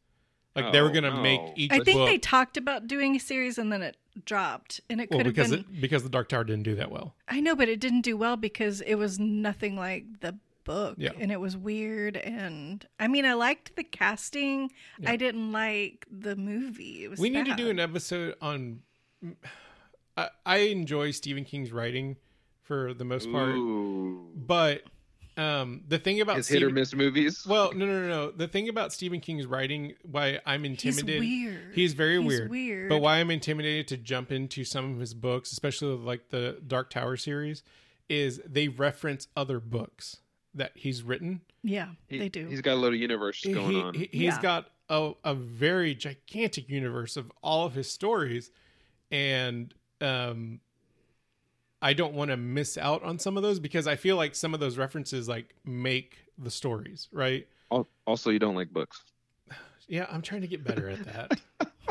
Speaker 3: Like they were
Speaker 2: Oh,
Speaker 3: gonna
Speaker 2: no.
Speaker 3: make each.
Speaker 1: I think
Speaker 3: book,
Speaker 1: they talked about doing a series and then it dropped and it could
Speaker 3: well
Speaker 1: have
Speaker 3: because
Speaker 1: been
Speaker 3: it, because the Dark Tower didn't do that well.
Speaker 1: I know, but it didn't do well because it was nothing like the book
Speaker 3: Yeah.
Speaker 1: and it was weird and I mean I liked the casting.
Speaker 3: Yeah.
Speaker 1: I didn't like the movie. It was
Speaker 3: we need to do
Speaker 1: bad.
Speaker 3: an episode on I, I enjoy stephen king's writing for the most part
Speaker 2: Ooh.
Speaker 3: but um the thing about
Speaker 2: His hit or
Speaker 3: Stephen-
Speaker 2: miss movies.
Speaker 3: well no no no no the thing about stephen king's writing why i'm
Speaker 1: He's
Speaker 3: intimidated
Speaker 1: weird.
Speaker 3: He's very
Speaker 1: He's
Speaker 3: weird,
Speaker 1: weird.
Speaker 3: but why i'm intimidated to jump into some of his books especially like the dark tower series is they reference other books that he's written
Speaker 1: Yeah,
Speaker 2: He-
Speaker 1: they do.
Speaker 2: He's got a lot of universe going
Speaker 3: he,
Speaker 2: on.
Speaker 3: He, has
Speaker 1: Yeah.
Speaker 3: got a, a very gigantic universe of all of his stories, and um, I don't want to miss out on some of those because I feel like some of those references like make the stories right.
Speaker 2: Al- also, you don't like books.
Speaker 3: Yeah, I'm trying to get better at that.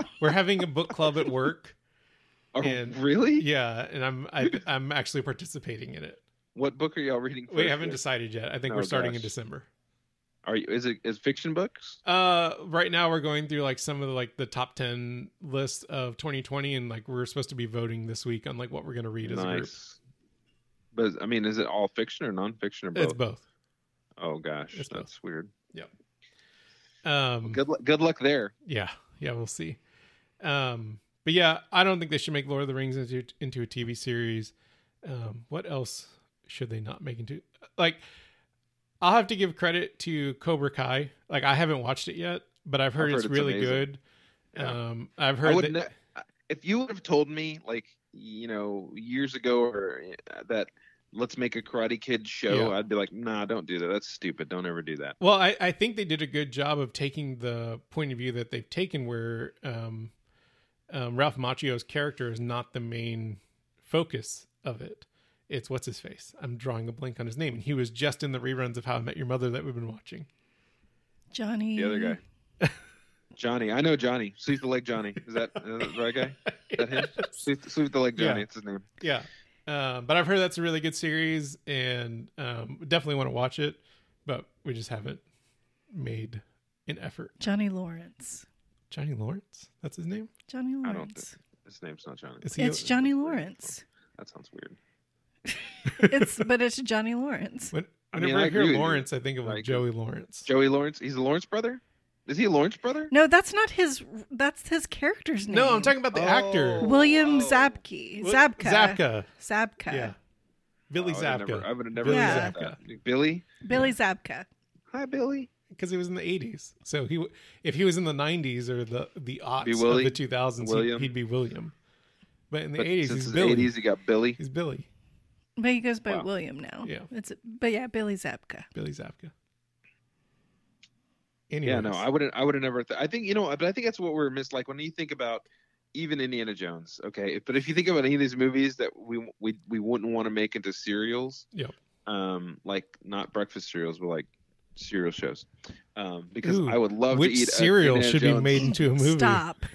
Speaker 3: We're having a book club at work.
Speaker 2: Oh,
Speaker 3: And-
Speaker 2: really?
Speaker 3: Yeah, and I'm I, I'm actually participating in it.
Speaker 2: What book are y'all reading?
Speaker 3: We
Speaker 2: first?
Speaker 3: haven't decided yet. I think
Speaker 2: Oh,
Speaker 3: we're starting in
Speaker 2: gosh.
Speaker 3: December.
Speaker 2: Are you? Is it is fiction books?
Speaker 3: Uh, right now we're going through like some of the, like the top ten lists of 2020, and like we're supposed to be voting this week on like what we're gonna read as a group.
Speaker 2: Nice. But I mean, is it all fiction or nonfiction or both?
Speaker 3: It's both.
Speaker 2: Oh gosh,
Speaker 3: It's both.
Speaker 2: that's weird.
Speaker 3: Um,
Speaker 2: Good lu- good luck there.
Speaker 3: yeah, yeah, we'll see. Um, but yeah, I don't think they should make Lord of the Rings into into a TV series. Um, what else should they not make into? Like, I'll have to give credit to Cobra Kai. Like, I haven't watched it yet, but I've heard,
Speaker 2: I've heard
Speaker 3: it's,
Speaker 2: it's
Speaker 3: really
Speaker 2: amazing.
Speaker 3: good.
Speaker 2: Yeah.
Speaker 3: Um, I've
Speaker 2: I
Speaker 3: heard
Speaker 2: would
Speaker 3: that.
Speaker 2: ne- if you would have told me like you know years ago or uh, that let's make a Karate Kid show,
Speaker 3: Yeah.
Speaker 2: I'd be like, nah, don't do that. That's stupid. Don't ever do that.
Speaker 3: Well, I, I think they did a good job of taking the point of view that they've taken, where um, um, Ralph Macchio's character is not the main focus of it. It's what's his face. I'm drawing a blank on his name, and he was just in the reruns of How I Met Your Mother that we've been watching.
Speaker 1: Johnny.
Speaker 2: The other guy. Johnny, I know Johnny. Sweep the leg, Johnny. Is that is that the right guy? Is that him? Sweep, sweep the leg, Johnny.
Speaker 3: Yeah.
Speaker 2: It's his name.
Speaker 3: yeah, um, but I've heard that's a really good series, and um, definitely want to watch it. But we just haven't made an effort.
Speaker 1: Johnny Lawrence.
Speaker 3: Johnny Lawrence, that's his name.
Speaker 1: Johnny
Speaker 2: don't
Speaker 1: Lawrence.
Speaker 2: His name's not Johnny.
Speaker 3: Is he-
Speaker 1: It's Johnny Lawrence.
Speaker 2: That sounds weird.
Speaker 1: it's but it's Johnny Lawrence.
Speaker 3: When,
Speaker 2: I mean,
Speaker 3: whenever I,
Speaker 2: I agree
Speaker 3: hear
Speaker 2: with you.
Speaker 3: Lawrence, I think of
Speaker 2: I
Speaker 3: like
Speaker 2: agree.
Speaker 3: Joey Lawrence.
Speaker 2: Joey Lawrence. He's a Lawrence brother. Is he a Lawrence brother?
Speaker 1: No, that's not his that's his character's name.
Speaker 3: No, I'm talking about the actor.
Speaker 1: William
Speaker 2: Oh.
Speaker 1: Zabke.
Speaker 3: What-
Speaker 1: Zabka.
Speaker 3: Zabka.
Speaker 1: Zabka.
Speaker 3: Yeah. Billy
Speaker 2: Oh, I would've never- I
Speaker 3: Zabka.
Speaker 2: would have never
Speaker 1: Billy
Speaker 2: heard of that. Billy.
Speaker 1: Billy Zabka.
Speaker 2: Hi, Billy.
Speaker 3: Because he was in the 80s. So he, w- if he was in the 90s or the the aughts
Speaker 2: Be Willie,
Speaker 3: of the 2000s, he'd,
Speaker 2: William.
Speaker 3: he'd be William. But in the
Speaker 2: But
Speaker 3: 80s,
Speaker 2: since
Speaker 3: he's
Speaker 2: his
Speaker 3: Billy.
Speaker 2: 80s, he got Billy.
Speaker 3: He's Billy.
Speaker 1: But he goes by
Speaker 2: Wow.
Speaker 1: William now.
Speaker 3: Yeah.
Speaker 1: It's but yeah, Billy Zabka.
Speaker 3: Billy Zabka. Anyways,
Speaker 2: Yeah, no, I wouldn't. I would have never. Th- I think you know, but I think that's what we're missed. Like when you think about even Indiana Jones, okay. But if you think about any of these movies that we we we wouldn't want to make into serials,
Speaker 3: Yep.
Speaker 2: Um, like not breakfast cereals, but like cereal shows, um, because
Speaker 3: Ooh,
Speaker 2: I would love to
Speaker 3: Which
Speaker 2: eat a
Speaker 3: cereal
Speaker 2: Indiana
Speaker 3: should be
Speaker 2: Jones.
Speaker 3: made into a movie?
Speaker 1: Stop.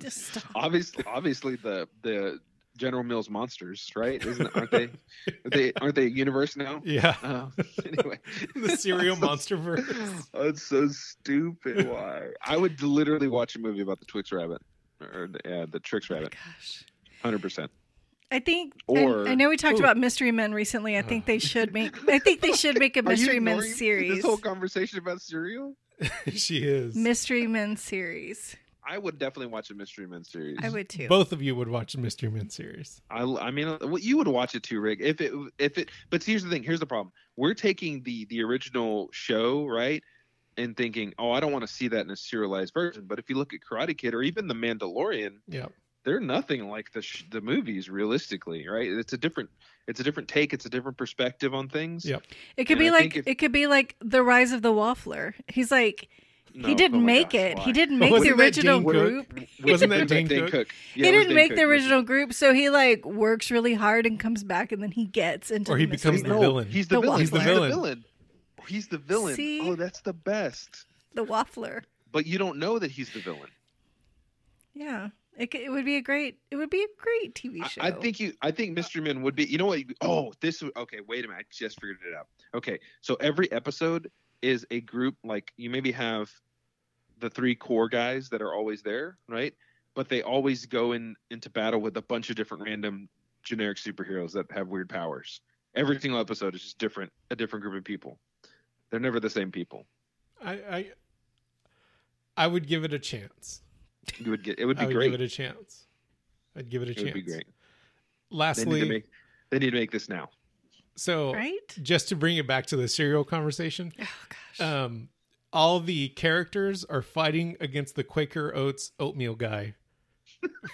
Speaker 1: Just stop.
Speaker 2: Obviously, obviously the the General Mills monsters, right? Isn't aren't they? Aren't they aren't they a universe now?
Speaker 3: Yeah.
Speaker 2: Um, anyway,
Speaker 3: the cereal
Speaker 2: So-
Speaker 3: monster verse.
Speaker 2: Oh, it's so stupid. Why? I would literally watch a movie about the Twix rabbit or the, yeah, the Trix rabbit,
Speaker 1: Gosh.
Speaker 2: hundred percent.
Speaker 1: I think
Speaker 2: Or-
Speaker 1: I, I know we talked
Speaker 3: Ooh. Uh.
Speaker 1: about Mystery Men recently. I think they should make I think they should make a Mystery Men series.
Speaker 2: This whole conversation about cereal.
Speaker 3: she is.
Speaker 1: Mystery Men series.
Speaker 2: I would definitely watch a Mystery Men series.
Speaker 1: I would too.
Speaker 3: Both of you would watch the Mystery Men series.
Speaker 2: I, I mean, uh, well, you would watch it too, Rick. If it, if it, but here's the thing. Here's the problem. We're taking the the original show, right, and thinking, oh, I don't want to see that in a serialized version. But if you look at Karate Kid or even The Mandalorian,
Speaker 3: Yep.
Speaker 2: they're nothing like the sh- the movies realistically, right? It's a different, it's a different take. It's a different perspective on things.
Speaker 3: Yep.
Speaker 1: It could
Speaker 2: And
Speaker 1: be
Speaker 2: I
Speaker 1: like
Speaker 2: think if-
Speaker 1: it could be like the rise of the waffler. He's like
Speaker 2: No,
Speaker 1: he didn't
Speaker 2: oh my
Speaker 1: make
Speaker 2: gosh,
Speaker 1: it.
Speaker 2: why?
Speaker 1: He didn't make the
Speaker 3: Wasn't that
Speaker 1: original
Speaker 3: Dane Cook?
Speaker 1: group.
Speaker 3: Wasn't that Dane Cook?
Speaker 1: he
Speaker 2: Yeah, it was
Speaker 1: didn't
Speaker 2: Dane
Speaker 1: make the
Speaker 2: Cook.
Speaker 1: original group, so he like works really hard and comes back, and then he gets into.
Speaker 3: Or
Speaker 1: the
Speaker 3: he becomes
Speaker 1: mystery
Speaker 3: the
Speaker 1: men.
Speaker 3: villain.
Speaker 2: He's the,
Speaker 1: The
Speaker 2: villain. He's the
Speaker 1: Waffler.
Speaker 2: villain. He's the villain.
Speaker 1: See?
Speaker 2: Oh, that's the best.
Speaker 1: the waffler.
Speaker 2: But you don't know that he's the villain.
Speaker 1: Yeah, it, c- it would be a great. It would be a great TV
Speaker 2: I-
Speaker 1: show.
Speaker 2: I, think you. I
Speaker 3: Uh,
Speaker 2: think Mystery Men would be. You know what? Oh, this. would- Okay, wait a minute. I just figured it out. Okay, so every episode is a group. Like you maybe have the three core guys that are always there, right? But they always go in into battle with a bunch of different random generic superheroes that have weird powers. Every single episode is just different. A different group of people. They're never the same people.
Speaker 3: I, I I would give it a chance.
Speaker 2: You would get. It would be
Speaker 3: I would
Speaker 2: great.
Speaker 3: give it a chance. I'd give it a
Speaker 2: It
Speaker 3: chance.
Speaker 2: would be great. They need
Speaker 3: Lastly,
Speaker 2: to make. They need to make this now.
Speaker 3: so
Speaker 1: right.
Speaker 3: just to bring it back to the serial conversation,
Speaker 1: Oh gosh.
Speaker 3: um, all the characters are fighting against the Quaker Oats oatmeal guy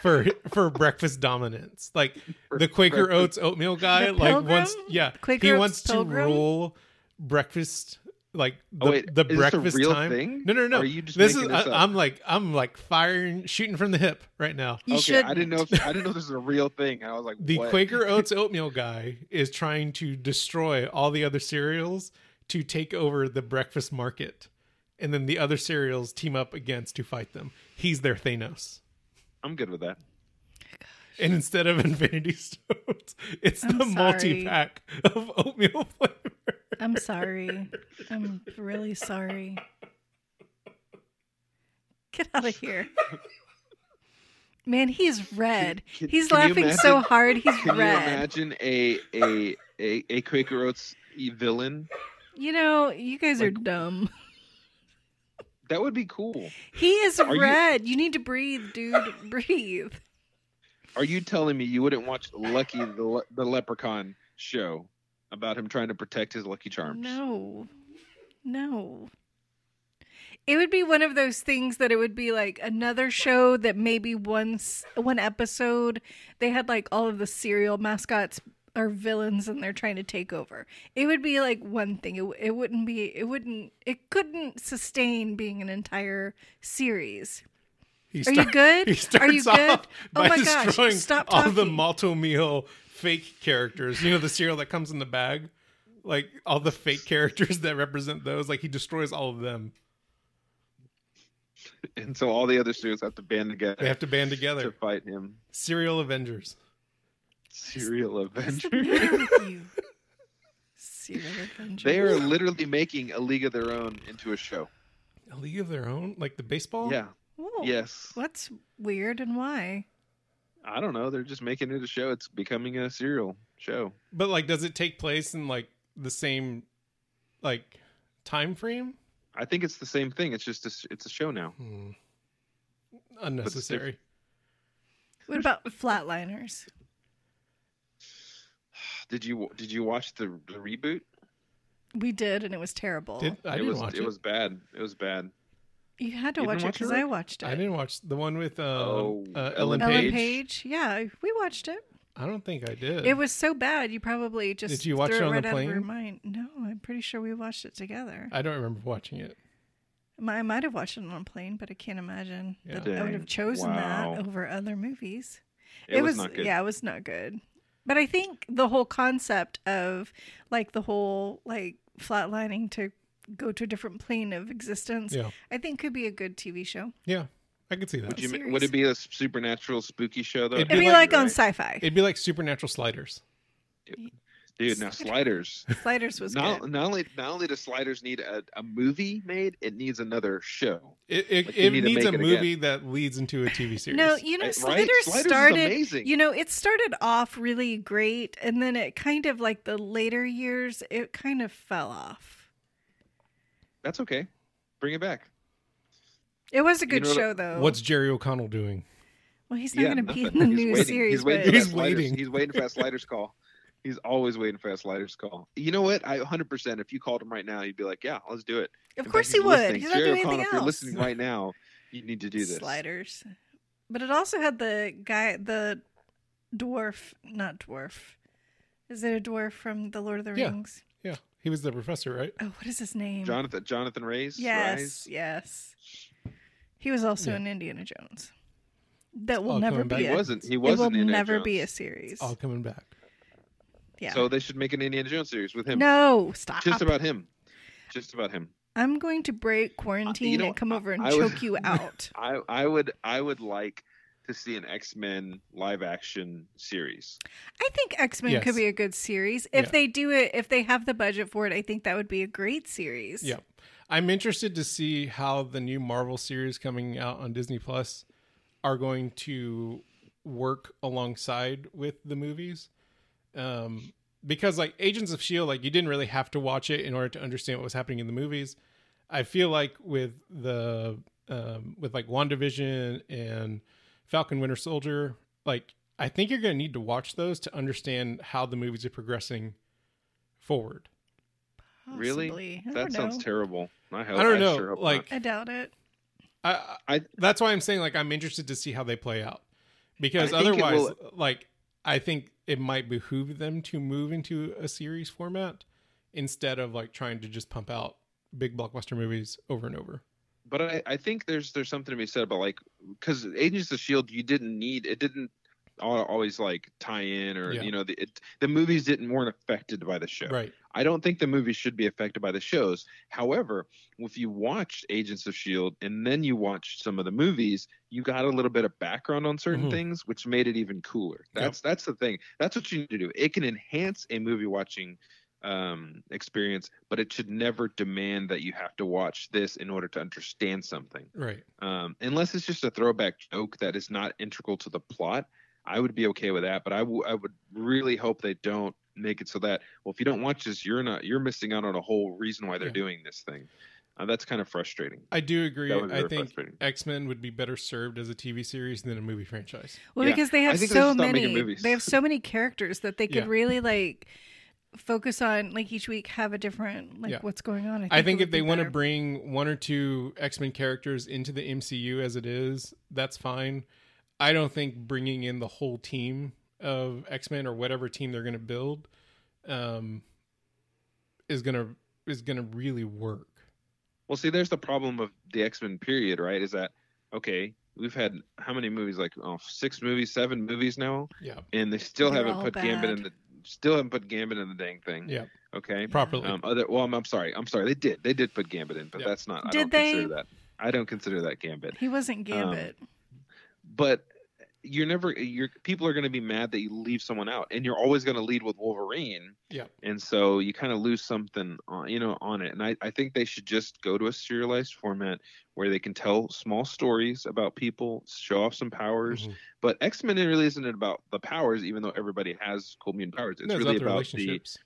Speaker 3: for for breakfast dominance. Like the Quaker Oats oatmeal guy,
Speaker 1: The
Speaker 3: like wants
Speaker 1: Pilgrim?
Speaker 3: yeah,
Speaker 1: Quaker
Speaker 3: he
Speaker 1: Oats
Speaker 3: wants
Speaker 1: Pilgrim?
Speaker 3: to rule breakfast like the,
Speaker 2: Oh, wait,
Speaker 3: the
Speaker 2: is this a
Speaker 3: breakfast
Speaker 2: real
Speaker 3: time.
Speaker 2: thing?
Speaker 3: No, no, no.
Speaker 2: Or are you just
Speaker 3: this is
Speaker 2: making this up?
Speaker 3: I, am like I'm like firing shooting from the hip right now.
Speaker 1: you
Speaker 2: okay,
Speaker 1: should.
Speaker 2: I didn't know. If, I didn't know this was a real thing. And I was like,
Speaker 3: The
Speaker 2: what?
Speaker 3: Quaker Oats oatmeal guy is trying to destroy all the other cereals to take over the breakfast market. And then the other cereals team up against to fight them. He's their Thanos.
Speaker 2: I'm good with that.
Speaker 3: And instead of Infinity Stones, it's
Speaker 1: I'm
Speaker 3: the
Speaker 1: sorry.
Speaker 3: multi pack of oatmeal flavor.
Speaker 1: I'm sorry. I'm really sorry. Get out of here. Man, he's red.
Speaker 2: Can-
Speaker 1: He's
Speaker 2: can you
Speaker 1: laughing so
Speaker 2: imagine-
Speaker 1: hard, he's
Speaker 2: Can you
Speaker 1: red.
Speaker 2: imagine a a a, a Quaker Oats e- villain?
Speaker 1: You, know, you guys are dumb.
Speaker 2: That would be cool.
Speaker 1: He is
Speaker 2: Are you-
Speaker 1: red. You... need to breathe, dude. breathe.
Speaker 2: Are you telling me you wouldn't watch Lucky the Le- the Leprechaun show about him trying to protect his Lucky Charms?
Speaker 1: No. No. It would be one of those things that it would be like another show that maybe once one episode they had like all of the serial mascots are villains and they're trying to take over. It would be like one thing. It, w- it wouldn't be it wouldn't it couldn't sustain being an entire series.
Speaker 3: He
Speaker 1: Are you good?
Speaker 3: He starts
Speaker 1: Are you
Speaker 3: off
Speaker 1: good? Oh
Speaker 3: by
Speaker 1: my gosh,
Speaker 3: destroying
Speaker 1: stop
Speaker 3: all the
Speaker 1: talking.
Speaker 3: malto meal fake characters. You know the cereal that comes in the bag, like all the fake characters that represent those. Like he destroys all of them.
Speaker 2: And so all the other students have to band
Speaker 3: They
Speaker 2: together
Speaker 3: have to band
Speaker 2: to
Speaker 3: together.
Speaker 2: fight him.
Speaker 3: Cereal Avengers.
Speaker 2: Serial
Speaker 1: What's the
Speaker 2: Avenger.
Speaker 1: matter with you? Serial adventure.
Speaker 2: They are literally making a league of their own into a show.
Speaker 3: A League of Their Own, like the
Speaker 1: Oh,
Speaker 3: baseball.
Speaker 2: Yeah.
Speaker 1: Whoa.
Speaker 2: Yes.
Speaker 1: What's weird and why?
Speaker 2: I don't know. They're just making it a show. It's becoming a serial show.
Speaker 3: But like, does it take place in like the same, like, time frame?
Speaker 2: I think it's the same thing. It's just a, s- it's a show now.
Speaker 3: Hmm. Unnecessary.
Speaker 1: What about flatliners?
Speaker 2: Did you did you watch the, the reboot?
Speaker 1: We did, and it was terrible.
Speaker 3: Did, I
Speaker 2: it
Speaker 3: didn't
Speaker 2: was
Speaker 3: watch it.
Speaker 2: it, was bad. It was bad.
Speaker 1: you had to
Speaker 2: You
Speaker 1: watch it
Speaker 2: didn't watch it,
Speaker 1: because
Speaker 2: Rick?
Speaker 1: I watched it.
Speaker 3: I didn't watch the one with uh,
Speaker 2: Oh,
Speaker 3: uh, Ellen,
Speaker 2: Ellen
Speaker 1: Ellen
Speaker 3: Page.
Speaker 1: Page. Yeah, we watched it.
Speaker 3: I don't think I did.
Speaker 1: It was so bad, you probably just
Speaker 3: Did you watch
Speaker 1: threw
Speaker 3: it on
Speaker 1: right
Speaker 3: the
Speaker 1: out of your
Speaker 3: plane?
Speaker 1: mind. No, I'm pretty sure we watched it together.
Speaker 3: I don't remember watching it.
Speaker 1: M- I might have watched it on a plane, but I can't imagine
Speaker 3: Yeah.
Speaker 1: that I would
Speaker 2: Dang.
Speaker 1: have chosen
Speaker 2: Wow.
Speaker 1: that over other movies.
Speaker 2: It, was, not good.
Speaker 1: yeah, it was not good. But I think the whole concept of like the whole like flatlining to go to a different plane of existence,
Speaker 3: Yeah.
Speaker 1: I think could be a good TV show.
Speaker 3: Yeah, I could see that.
Speaker 2: Would you
Speaker 1: series.
Speaker 2: would it be a supernatural spooky show though?
Speaker 3: It'd
Speaker 1: It'd
Speaker 3: be
Speaker 1: be
Speaker 3: like-
Speaker 1: like, on sci-fi.
Speaker 3: It'd be like Supernatural Sliders.
Speaker 2: dude. Now Sliders.
Speaker 1: Sliders was
Speaker 2: Not
Speaker 1: good.
Speaker 2: not only not only does Sliders need a, a movie made, it needs another show.
Speaker 3: It, it,
Speaker 2: Like, you
Speaker 3: it
Speaker 2: need to
Speaker 3: needs
Speaker 2: make
Speaker 3: a
Speaker 2: it again.
Speaker 3: movie that leads into a TV series.
Speaker 1: No, you know,
Speaker 2: Right?
Speaker 1: Sliders,
Speaker 2: Sliders is
Speaker 1: started.
Speaker 2: amazing.
Speaker 1: You know, it started off really great, and then it kind of like the later years, it kind of fell off.
Speaker 2: That's okay. Bring it back.
Speaker 1: It was a good
Speaker 2: know what-
Speaker 1: show, though.
Speaker 3: What's Jerry O'Connell doing?
Speaker 1: well, he's not
Speaker 2: Yeah,
Speaker 1: going to be in
Speaker 2: nothing.
Speaker 1: the
Speaker 2: He's
Speaker 1: new
Speaker 2: waiting.
Speaker 1: series,
Speaker 2: He's
Speaker 1: but
Speaker 2: waiting. For
Speaker 3: He's
Speaker 2: that Sliders-
Speaker 3: waiting.
Speaker 2: He's waiting for that Sliders call. He's always waiting for that Sliders call. You know what? I 100%. If you called him right now, you'd be like, "Yeah, let's do it."
Speaker 1: of
Speaker 2: In
Speaker 1: course
Speaker 2: fact,
Speaker 1: he
Speaker 2: if you're
Speaker 1: would.
Speaker 2: listening,
Speaker 1: He's not
Speaker 2: Jerry
Speaker 1: doing
Speaker 2: O'Connell,
Speaker 1: anything
Speaker 2: If you're
Speaker 1: else.
Speaker 2: listening right now, you need to do this.
Speaker 1: Sliders. But it also had the guy, the dwarf, not dwarf. Is it a dwarf from The Lord of the
Speaker 3: Yeah.
Speaker 1: Rings?
Speaker 3: Yeah, he was the professor, right?
Speaker 1: Oh, what is his name?
Speaker 2: Jonathan Jonathan Ray's
Speaker 1: Yes,
Speaker 2: Rhys?
Speaker 1: yes. He was also
Speaker 3: Yeah.
Speaker 1: in Indiana Jones. That will
Speaker 3: Oh,
Speaker 1: never
Speaker 3: coming back. Oh.
Speaker 1: be.
Speaker 2: He
Speaker 1: a-
Speaker 2: wasn't. He
Speaker 1: it will
Speaker 2: wasn't. Indiana
Speaker 1: never be a
Speaker 2: Jones.
Speaker 1: series.
Speaker 3: All coming back.
Speaker 1: yeah.
Speaker 2: So they should make an Indiana Jones series with him.
Speaker 1: no, stop.
Speaker 2: Just about him. Just about him.
Speaker 1: I'm going to break quarantine
Speaker 2: know,
Speaker 1: and come over and
Speaker 2: I
Speaker 1: choke
Speaker 2: was-
Speaker 1: you out.
Speaker 2: I I would I would like to see an X Men live action series.
Speaker 1: I think X Men
Speaker 3: Yes.
Speaker 1: could be a good series if
Speaker 3: Yeah.
Speaker 1: they do it. If they have the budget for it, I think that would be a great series.
Speaker 3: Yep. I'm interested to see how the new Marvel series coming out on Disney Plus are going to work alongside with the movies. Um, because like Agents of Shield, E like you didn't really have to watch it in order to understand what was happening in the movies. I feel like with the um, with like WandaVision and Falcon Winter Soldier, like I think you're going to need to watch those to understand how the movies are progressing forward.
Speaker 2: Really?
Speaker 1: Possibly. I
Speaker 2: That
Speaker 1: don't
Speaker 2: sounds
Speaker 1: know.
Speaker 2: terrible. I, hope,
Speaker 3: I don't
Speaker 2: Oh, I
Speaker 3: know,
Speaker 2: sure hope not.
Speaker 3: like
Speaker 1: I doubt it.
Speaker 3: I, I
Speaker 2: I-
Speaker 3: that's why I'm saying like I'm interested to see how they play out because
Speaker 2: I think it
Speaker 3: otherwise
Speaker 2: will-
Speaker 3: like I think it might behoove them to move into a series format instead of like trying to just pump out big blockbuster movies over and over.
Speaker 2: but I, I think there's there's something to be said about like because Agents of Shield E you didn't need it didn't al- always like tie in or
Speaker 3: Yeah.
Speaker 2: you know the it, the movies didn't weren't affected by the show.
Speaker 3: Right.
Speaker 2: I don't think the movies should be affected by the shows. However, if you watched Agents of Shield E and then you watched some of the movies, you got a little bit of background on certain
Speaker 3: Mhm.
Speaker 2: things, which made it even cooler.
Speaker 3: Yep.
Speaker 2: That's that's the thing. That's what you need to do. It can enhance a movie watching um experience but it should never demand that you have to watch this in order to understand something
Speaker 3: Right.
Speaker 2: um, unless it's just a throwback joke that is not integral to the plot i would be okay with that but I w- I would really hope they don't make it so that well if you don't watch this you're not you're missing out on a whole reason why they're
Speaker 3: Yeah.
Speaker 2: doing this thing uh, that's kind of frustrating
Speaker 3: I do agree.
Speaker 2: That would be
Speaker 3: I
Speaker 2: very
Speaker 3: think
Speaker 2: frustrating.
Speaker 3: X-Men would be better served as a TV series than a movie franchise.
Speaker 1: Well,
Speaker 2: Yeah.
Speaker 1: because they have
Speaker 2: think they
Speaker 1: so
Speaker 2: should stop making
Speaker 1: many,
Speaker 2: movies.
Speaker 1: they have so many characters that they could
Speaker 3: Yeah.
Speaker 1: really like focus on. Like each week, have a different like
Speaker 3: Yeah.
Speaker 1: what's going on.
Speaker 3: I think
Speaker 1: it
Speaker 3: if
Speaker 1: would
Speaker 3: they
Speaker 1: be
Speaker 3: want to
Speaker 1: better.
Speaker 3: bring one or two X Men characters into the MCU as it is, that's fine. I don't think bringing in the whole team of X Men or whatever team they're going to build um, is gonna is gonna really work.
Speaker 2: well see there's the problem of the x-men period right is that okay we've had how many movies like oh, six movies seven movies now
Speaker 3: Yeah,
Speaker 2: and they still
Speaker 1: They're all
Speaker 2: haven't put gambit in
Speaker 1: bad.
Speaker 2: the still haven't put gambit in the dang thing
Speaker 3: Yeah.
Speaker 2: okay
Speaker 3: properly.
Speaker 2: Um, other, well, I'm, I'm sorry. I'm sorry. They did. They did put Gambit in, but
Speaker 3: Yeah.
Speaker 2: that's not. I
Speaker 1: Did
Speaker 2: don't
Speaker 1: they?
Speaker 2: consider that. I don't consider that Gambit.
Speaker 1: He wasn't Gambit.
Speaker 2: But you're never. Your people are going to be mad that you leave someone out, and you're always going to lead with Wolverine,
Speaker 3: yeah,
Speaker 2: and so you kind of lose something, on, you know, on it. And I, I think they should just go to a serialized format where they can tell small stories about people, show off some powers.
Speaker 1: Mm-hmm.
Speaker 3: Mhm.
Speaker 2: But X Men really isn't about the powers, even though everybody has cool mutant powers. It's
Speaker 3: No,
Speaker 2: really
Speaker 3: the
Speaker 2: about the
Speaker 3: relationships.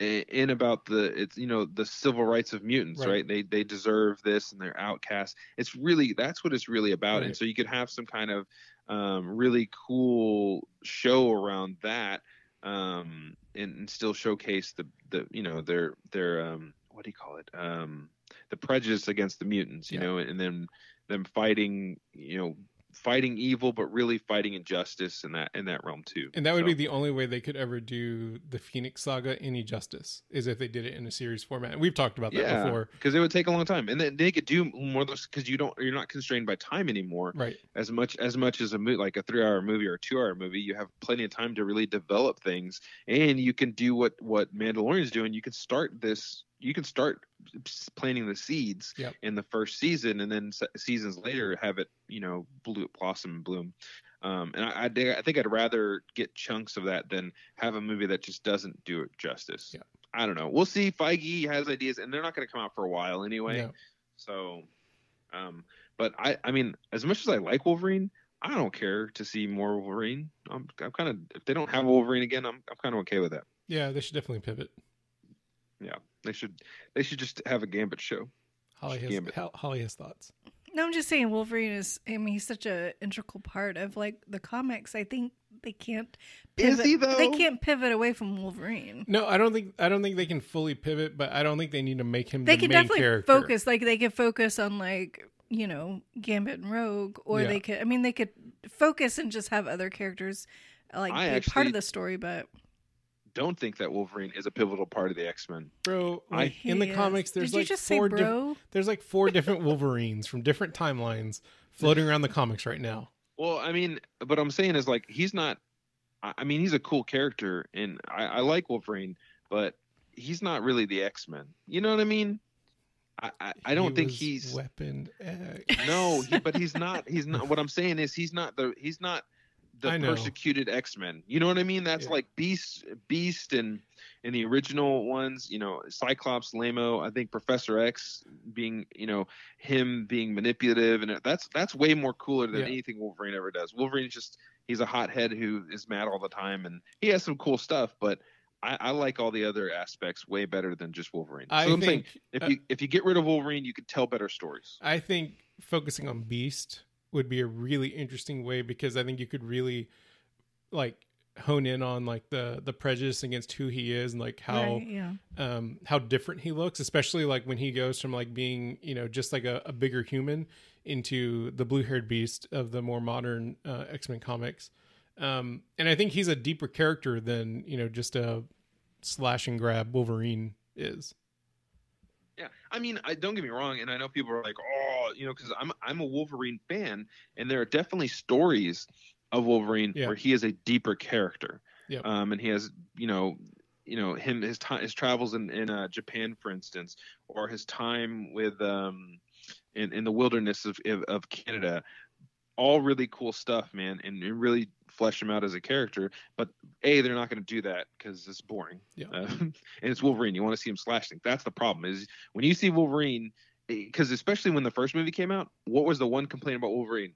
Speaker 2: in about the it's you know the civil rights of mutants
Speaker 3: Right.
Speaker 2: right, they they deserve this and they're outcasts it's really that's what it's really about
Speaker 3: Right.
Speaker 2: and so you could have some kind of um, really cool show around that um, and, and still showcase the the you know their their um, what do you call it um, the prejudice against the mutants you
Speaker 3: Yeah.
Speaker 2: know and then them fighting you know fighting evil but really fighting injustice in that in that realm too
Speaker 3: And that would
Speaker 2: So-
Speaker 3: be the only way they could ever do the Phoenix Saga any justice is if they did it in a series format. And we've talked about that
Speaker 2: Yeah.
Speaker 3: before,
Speaker 2: because it would take a long time, and then they could do more of those because you don't you're not constrained by time anymore
Speaker 3: right?
Speaker 2: as much as much as a mo- like a three hour movie or a two hour movie. You have plenty of time to really develop things, and you can do what what Mandalorian's doing. You can start this. You can start s- planting the seeds
Speaker 3: Yep.
Speaker 2: in the first season, and then se- seasons later have it you know blue, blossom and bloom. Um, and I, I, dig- I think I'd rather get chunks of that than have a movie that just doesn't do it justice.
Speaker 3: Yeah.
Speaker 2: I don't know. We'll see. Feige has ideas, and they're not going to come out for a while anyway.
Speaker 3: Yeah.
Speaker 2: So, um, but I, I mean, as much as I like Wolverine, I don't care to see more Wolverine. I'm, I'm kind of if they don't have Wolverine again, I'm, I'm kind of okay with that.
Speaker 3: Yeah, they should definitely pivot.
Speaker 2: They should, they should just have a Gambit show.
Speaker 3: Holly has
Speaker 2: Gambit.
Speaker 3: Ho- Holly has thoughts.
Speaker 1: No, I'm just saying Wolverine is. I mean, he's such a integral part of like the comics. I think they can't.
Speaker 2: Is
Speaker 1: Pivot,
Speaker 2: he, though?
Speaker 1: They can't pivot away from Wolverine.
Speaker 3: No, I don't think I don't think they can fully pivot, but I don't think they need to make him
Speaker 1: They
Speaker 3: the
Speaker 1: can
Speaker 3: main
Speaker 1: definitely
Speaker 3: character.
Speaker 1: focus. Like they could focus on like you know Gambit and Rogue, or
Speaker 3: Yeah.
Speaker 1: they could. I mean, they could focus and just have other characters uh, like
Speaker 2: I
Speaker 1: be part
Speaker 2: actually-
Speaker 1: of the story. But
Speaker 2: Don't think that Wolverine is a pivotal part of the X Men.
Speaker 3: Bro,
Speaker 2: I-
Speaker 3: like, in the
Speaker 1: He is.
Speaker 3: comics there's
Speaker 1: uh, Did you
Speaker 3: like
Speaker 1: just
Speaker 3: four
Speaker 1: say
Speaker 3: diff-
Speaker 1: bro?
Speaker 3: there's like four different Wolverines from different timelines floating around the comics right now.
Speaker 2: Well, I mean, but I'm saying is like he's not. I I mean, he's a cool character, and I, I like Wolverine, but he's not really the X Men. You know what I mean? I I, I don't
Speaker 3: He
Speaker 2: think
Speaker 3: was
Speaker 2: he's
Speaker 3: weapon uh, X.
Speaker 2: no, he, but he's not. He's not. What I'm saying is he's not the. He's not the
Speaker 3: I know.
Speaker 2: persecuted X Men. You know what I mean? That's
Speaker 3: Yeah.
Speaker 2: like Beast, Beast, and and the original ones. You know, Cyclops, Lamo. I think Professor X being, you know, him being manipulative, and that's that's way more cooler than
Speaker 3: Yeah.
Speaker 2: anything Wolverine ever does. Wolverine's just he's a hothead who is mad all the time, and he has some cool stuff, but. I, I like all the other aspects way better than just Wolverine. So
Speaker 3: I
Speaker 2: I'm
Speaker 3: think
Speaker 2: saying if
Speaker 3: uh,
Speaker 2: you if you get rid of Wolverine, you can tell better stories.
Speaker 3: I think focusing on Beast would be a really interesting way because I think you could really like hone in on like the the prejudice against who he is and like how
Speaker 1: Right, yeah.
Speaker 3: um how different he looks especially like when he goes from like being you know just like a, a bigger human into the blue-haired beast of the more modern uh, x-men comics um and i think he's a deeper character than you know just a slash and grab wolverine is
Speaker 2: Yeah, I mean, I don't get me wrong, and I know people are like, oh, you know, because I'm I'm a Wolverine fan, and there are definitely stories of Wolverine
Speaker 3: Yeah.
Speaker 2: where he is a deeper character.
Speaker 3: Yep.
Speaker 2: Um, and he has, you know, you know him his time his travels in in uh, Japan, for instance, or his time with um, in in the wilderness of of, of Canada. All really cool stuff, man, and, and really flesh him out as a character. But a, they're not going to do that because it's boring.
Speaker 3: Yeah.
Speaker 2: Uh, and it's Wolverine. You want to see him slash things. That's the problem. Is when you see Wolverine, because especially when the first movie came out, what was the one complaint about Wolverine?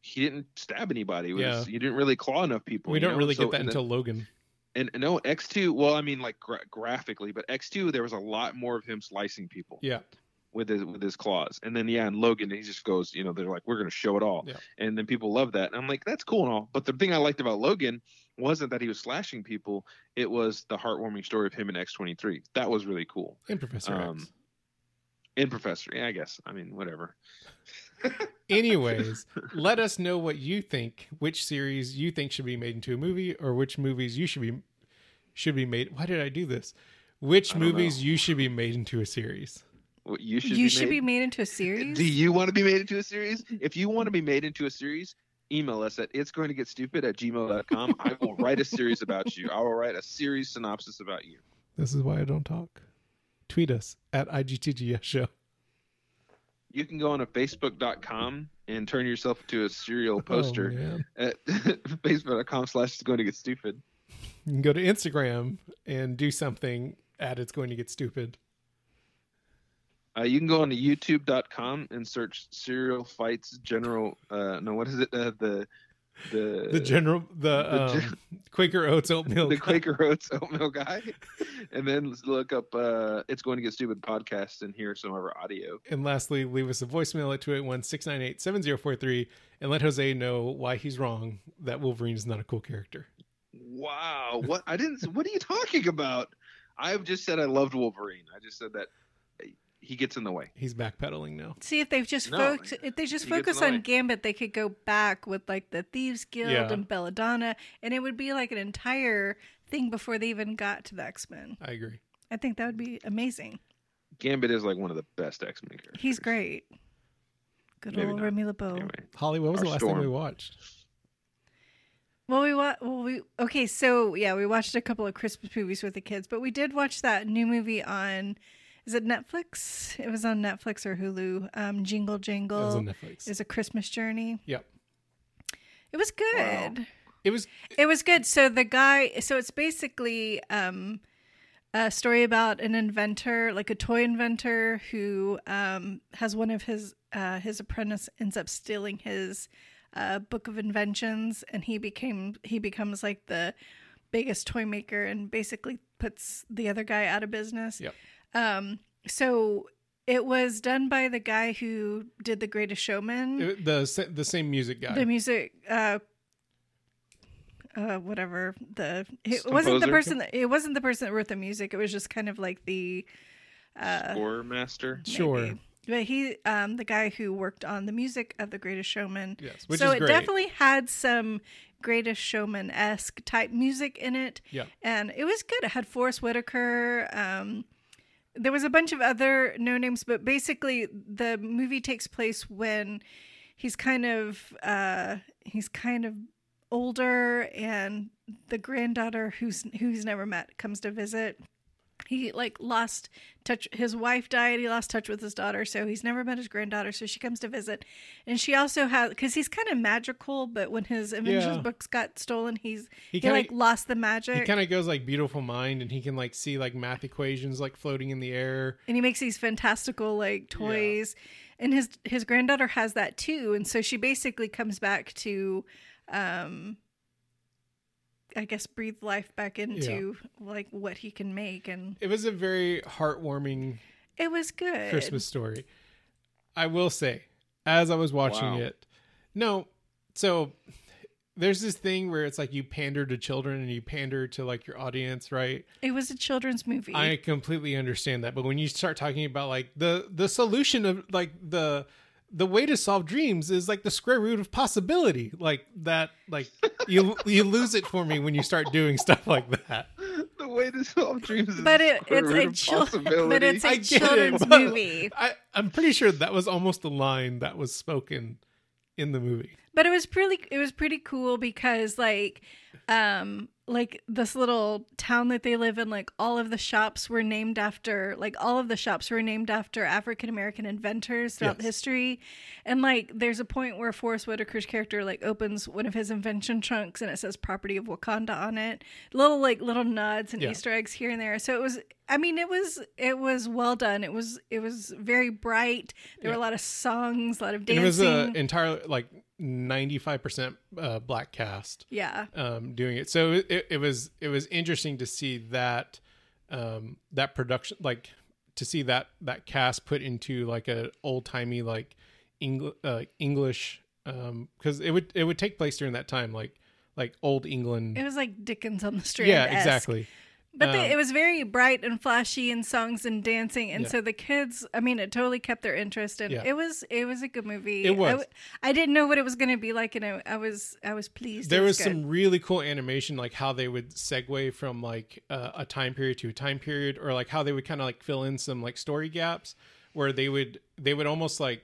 Speaker 2: He didn't stab anybody. It was-
Speaker 3: Yeah.
Speaker 2: He didn't really claw enough people.
Speaker 3: we
Speaker 2: you
Speaker 3: don't
Speaker 2: know?
Speaker 3: really
Speaker 2: So-
Speaker 3: get that
Speaker 2: and
Speaker 3: until logan
Speaker 2: then- and no X two. Well, I mean like gra- graphically, but X two there was a lot more of him slicing people
Speaker 3: yeah
Speaker 2: with his with his claws. And then yeah, and Logan, he just goes, you know, they're like, we're gonna show it all,
Speaker 3: Yeah.
Speaker 2: and then people love that. And I'm like, that's cool and all, but the thing I liked about Logan wasn't that he was slashing people; it was the heartwarming story of him and X23. That was really cool.
Speaker 3: and professor
Speaker 2: Um,
Speaker 3: x
Speaker 2: And Professor, yeah, I guess. I mean, whatever.
Speaker 3: Anyways, let us know what you think. Which series you think should be made into a movie, or which movies you should be should be made? Why did I do this? Which
Speaker 2: I don't
Speaker 3: movies
Speaker 2: know.
Speaker 3: you should be made into a series?
Speaker 2: What You should.
Speaker 1: you
Speaker 2: be
Speaker 1: should be
Speaker 2: made-
Speaker 1: made into a series.
Speaker 2: Do you want to be made into a series? If you want to be made into a series, email us at it's going to get stupid at gmail.com. I will write a series about you. I will write a series synopsis about you.
Speaker 3: This is why I don't talk. Tweet us at IGTGS show.
Speaker 2: You can go on to facebook.com and turn yourself into a serial poster
Speaker 3: Oh, man.
Speaker 2: at facebook.com slash it's going to get stupid.
Speaker 3: You can go to Instagram and do something at It's Going to Get Stupid.
Speaker 2: Uh, you can go on to youtube.com and search serial fights general. Uh, no, what is it? Uh, the the
Speaker 3: The general, the,
Speaker 2: Uh, the
Speaker 3: um, Quaker Oats oatmeal.
Speaker 2: the Quaker Oats oatmeal guy, and then look up uh, "It's Going to Get Stupid" podcast and hear some of our audio.
Speaker 3: And lastly, leave us a voicemail at 281 698 7043 and let Jose know why he's wrong that Wolverine is not a cool character.
Speaker 2: Wow, what I didn't. What are you talking about? I've just said I loved Wolverine. I just said that he gets in the way.
Speaker 3: He's backpedaling now.
Speaker 1: See if they've just
Speaker 2: No,
Speaker 1: focus if they just
Speaker 2: he gets
Speaker 1: focus
Speaker 2: annoyed.
Speaker 1: on Gambit, they could go back with like the Thieves Guild
Speaker 3: Yeah.
Speaker 1: and Belladonna, and it would be like an entire thing before they even got to the X Men.
Speaker 3: I agree.
Speaker 1: I think that would be amazing.
Speaker 2: Gambit is like one of the best X Men characers.
Speaker 1: He's great. Good
Speaker 2: Maybe
Speaker 1: old
Speaker 2: not.
Speaker 1: Remy LeBeau.
Speaker 2: Anyway,
Speaker 3: Holly, what was
Speaker 2: Our
Speaker 3: the last
Speaker 2: storm.
Speaker 3: thing we watched?
Speaker 1: Well, we wa- well we okay. So yeah, we watched a couple of Christmas movies with the kids, but we did watch that new movie on. Is it Netflix? It was on Netflix or Hulu. Um, Jingle
Speaker 3: It was
Speaker 1: Jangle
Speaker 3: on Netflix.
Speaker 1: is a Christmas journey.
Speaker 3: yep.
Speaker 1: It was good.
Speaker 3: It was
Speaker 1: It was good. So the guy, so it's basically um, a story about an inventor, like a toy inventor, who um, has one of his uh, his apprentice ends up stealing his uh, book of inventions, and he became he becomes like the biggest toy maker, and basically puts the other guy out of business.
Speaker 3: Yep.
Speaker 1: Um, so It was done by the guy who did The Greatest Showman,
Speaker 3: It- the sa- the same music guy.
Speaker 1: the music, uh, uh, whatever the it wasn't the
Speaker 2: Composer?
Speaker 1: person that it wasn't the person that wrote the music. It was just kind of like the uh,
Speaker 2: Score master.
Speaker 3: sure.
Speaker 1: maybe. but he um the guy who worked on the music of The Greatest Showman.
Speaker 3: Yes, which
Speaker 1: so
Speaker 3: is
Speaker 1: it
Speaker 3: great.
Speaker 1: definitely had some Greatest Showman esque type music in it.
Speaker 3: Yeah.
Speaker 1: and it was good. It had Forrest Whitaker. Um, there was a bunch of other no names, but basically the movie takes place when he's kind of uh, he's kind of older, and the granddaughter who's who he's never met comes to visit. He like lost touch. His wife died. He lost touch with his daughter, so he's never met his granddaughter. So she comes to visit, and she also has because he's kind of magical. But when his Avengers
Speaker 3: Yeah.
Speaker 1: books got stolen, he's
Speaker 3: He
Speaker 1: he
Speaker 3: kinda-
Speaker 1: like lost the magic.
Speaker 3: He kind of goes like beautiful mind, and he can like see like math equations like floating in the air.
Speaker 1: and he makes these fantastical like toys and his his granddaughter has that too and so she basically comes back to um i guess breathe life back into like what he can make and
Speaker 3: It was a very heartwarming
Speaker 1: it was good
Speaker 3: Christmas story. I will say, as I was watching
Speaker 2: Wow.
Speaker 3: it, no, so there's this thing where it's like you pander to children and you pander to like your audience, right?
Speaker 1: it was a children's movie
Speaker 3: I completely understand that, but when you start talking about like the the solution of like the the way to solve dreams is like the square root of possibility, like that, like you you lose it for me when you start doing stuff like that.
Speaker 2: the way to solve dreams is
Speaker 1: but it,
Speaker 2: the
Speaker 1: it's
Speaker 2: root
Speaker 1: a
Speaker 2: of
Speaker 1: chil- but
Speaker 2: possibility.
Speaker 1: it's
Speaker 3: I
Speaker 1: a
Speaker 3: get it,
Speaker 1: children's
Speaker 3: but-
Speaker 1: movie
Speaker 3: I I'm pretty sure that was almost the line that was spoken in the movie.
Speaker 1: but it was pretty it was pretty cool because like um like this little town that they live in like all of the shops were named after like all of the shops were named after african american inventors throughout
Speaker 3: Yes.
Speaker 1: history and like there's a point where forrest whitaker's character like opens one of his invention trunks and it says property of wakanda on it little like little nods and
Speaker 3: Yeah.
Speaker 1: easter eggs here and there so it was i mean it was it was well done it was it was very bright there were a lot of songs a lot of
Speaker 3: And
Speaker 1: dancing
Speaker 3: it was an entire like 95% uh, black cast
Speaker 1: yeah
Speaker 3: um, doing it. So it- it, it was it was interesting to see that um, that production like to see that that cast put into like a old timey like Engl- uh, English because it would it would take place during that time like like old England.
Speaker 1: It was like Dickens on the Strand.
Speaker 3: yeah, exactly.
Speaker 1: But they-
Speaker 3: Um,
Speaker 1: it was very bright and flashy, and songs and dancing, and
Speaker 3: Yeah.
Speaker 1: so the kids. I mean, it totally kept their interest, and
Speaker 3: Yeah.
Speaker 1: it was it was a good movie.
Speaker 3: It was.
Speaker 1: I, w- I didn't know what it was going to be like, and I, I was I was pleased.
Speaker 3: there
Speaker 1: it
Speaker 3: was
Speaker 1: was, good.
Speaker 3: some really cool animation like how they would segue from like uh, a time period to a time period or like how they would kind of like fill in some like story gaps where they would they would almost like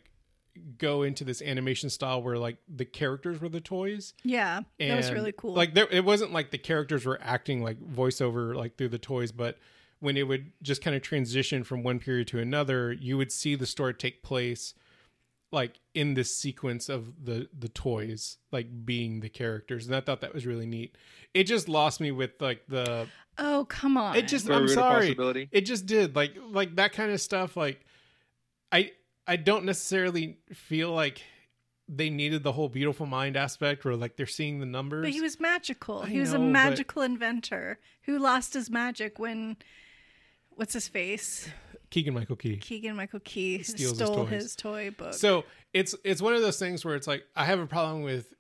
Speaker 3: go into this animation style where like the characters were the toys
Speaker 1: yeah,
Speaker 3: and
Speaker 1: that was really cool.
Speaker 3: like there it wasn't like the characters were acting like voiceover like through the toys but when it would just kind of transition from one period to another you would see the story take place like in this sequence of the the toys like being the characters and i thought that was really neat it just lost me with like the
Speaker 1: oh come on!
Speaker 3: it just
Speaker 2: The
Speaker 3: i'm
Speaker 2: root of
Speaker 3: sorry
Speaker 2: possibility.
Speaker 3: it just did like like that kind of stuff like i i don't necessarily feel like they needed the whole beautiful mind aspect where like they're seeing the numbers
Speaker 1: But he was magical.
Speaker 3: I
Speaker 1: he was
Speaker 3: know,
Speaker 1: a
Speaker 3: but-
Speaker 1: magical inventor who lost his magic when. What's his face?
Speaker 3: Keegan Michael Key.
Speaker 1: Keegan Michael Key
Speaker 3: Steals his
Speaker 1: stole
Speaker 3: toys.
Speaker 1: his, toy book.
Speaker 3: So it's it's one of those things where it's like I have a problem with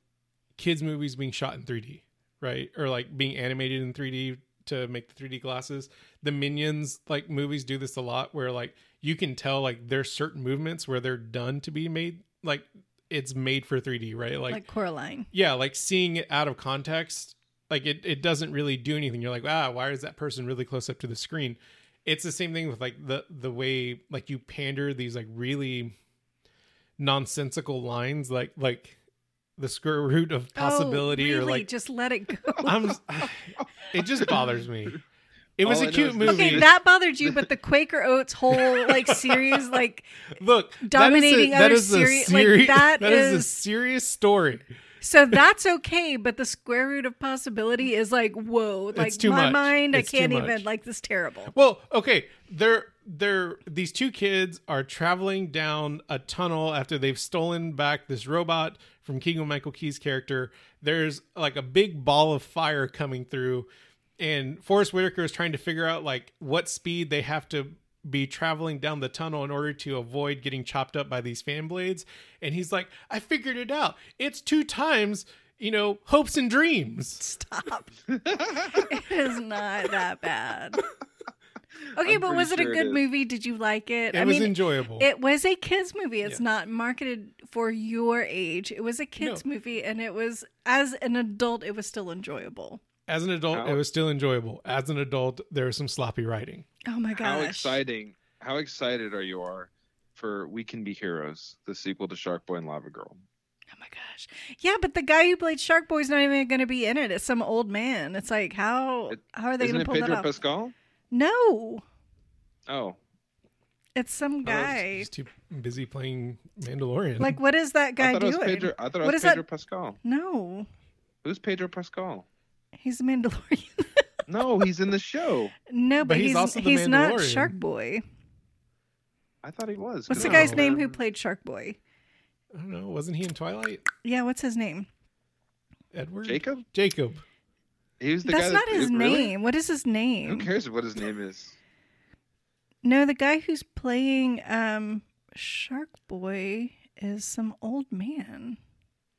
Speaker 3: kids movies being shot in 3D, right? Or like being animated in 3D to make the 3D glasses. The Minions like movies do this a lot where like you can tell like there's certain movements where they're done to be made like it's made for 3D, right?
Speaker 1: like,
Speaker 3: Like
Speaker 1: Coraline.
Speaker 3: yeah, like seeing it out of context, like it, it doesn't really do anything. You're like, ah, why is that person really close up to the screen? It's the same thing with like the the way like you pander these like really nonsensical lines, like like the square root of possibility
Speaker 1: oh, really?
Speaker 3: or like
Speaker 1: just let it go.
Speaker 3: I'm. it just bothers me. It was
Speaker 2: All
Speaker 3: a
Speaker 2: I know
Speaker 3: cute
Speaker 2: is-
Speaker 3: movie.
Speaker 1: Okay, that bothered you, but the Quaker Oats whole like series, like
Speaker 3: Look,
Speaker 1: dominating
Speaker 3: that
Speaker 1: other
Speaker 3: is a, that is
Speaker 1: seri- like,
Speaker 3: a seri-
Speaker 1: that
Speaker 3: that is a
Speaker 1: is-
Speaker 3: serious story.
Speaker 1: so that's okay, but the square root of possibility is like whoa, like
Speaker 3: too
Speaker 1: my
Speaker 3: much.
Speaker 1: mind, I
Speaker 3: It's too
Speaker 1: can't
Speaker 3: much.
Speaker 1: even like this terrible.
Speaker 3: Well, okay, they're they're these two kids are traveling down a tunnel after they've stolen back this robot from Keegan Michael Key's character. There's like a big ball of fire coming through, and Forrest Whitaker is trying to figure out like what speed they have to be traveling down the tunnel in order to avoid getting chopped up by these fan blades. And he's like, I figured it out. It's two times, you know, hopes and dreams.
Speaker 1: Stop. it is not that bad. Okay,
Speaker 2: I'm
Speaker 1: but
Speaker 2: pretty
Speaker 1: was it
Speaker 2: sure
Speaker 1: a
Speaker 2: it
Speaker 1: good
Speaker 2: is.
Speaker 1: movie? Did you like it?
Speaker 3: It
Speaker 1: I
Speaker 3: was
Speaker 1: mean,
Speaker 3: enjoyable.
Speaker 1: it was a kids movie. It's
Speaker 3: Yeah.
Speaker 1: not marketed for your age. It was a kids movie, and it was as an adult, it was still enjoyable.
Speaker 3: As an adult,
Speaker 2: How-
Speaker 3: it was still enjoyable. As an adult, there was some sloppy writing.
Speaker 1: Oh my gosh!
Speaker 2: How exciting! How excited are you are for We Can Be Heroes, the sequel to Shark Boy and Lava Girl?
Speaker 1: Oh my gosh! Yeah, but the guy who played Shark Boy's not even going to be in it. It's some old man. It's like how
Speaker 2: It-
Speaker 1: how are they
Speaker 2: Isn't
Speaker 1: going to
Speaker 2: it
Speaker 1: pull
Speaker 2: Pedro
Speaker 1: that off?
Speaker 2: Pascal?
Speaker 1: no,
Speaker 2: Oh,
Speaker 1: it's some
Speaker 2: thought it was
Speaker 1: guy.
Speaker 3: He's too busy playing Mandalorian.
Speaker 1: Like, what is that
Speaker 2: I
Speaker 1: guy
Speaker 2: thought it was
Speaker 1: doing?
Speaker 2: Pedro. I thought it
Speaker 1: What
Speaker 2: was
Speaker 1: is that-
Speaker 2: Pedro Pascal.
Speaker 1: No,
Speaker 2: Who's Pedro Pascal?
Speaker 1: he's a Mandalorian.
Speaker 2: No, he's in the show.
Speaker 1: no, but,
Speaker 3: But he's
Speaker 1: he's
Speaker 3: also the
Speaker 1: he's not
Speaker 3: Mandalorian.
Speaker 1: Shark Boy.
Speaker 2: I thought he was.
Speaker 1: What's the
Speaker 3: No.
Speaker 1: guy's name who played Shark Boy?
Speaker 3: I don't know. Wasn't he in Twilight?
Speaker 1: Yeah, what's his name?
Speaker 3: Edward?
Speaker 2: Jacob?
Speaker 3: Jacob.
Speaker 2: He was the guy
Speaker 1: That's not
Speaker 2: that-
Speaker 1: his
Speaker 2: really?
Speaker 1: name. What is his name?
Speaker 2: Who cares what his name is?
Speaker 1: No, the guy who's playing um Shark Boy is some old man.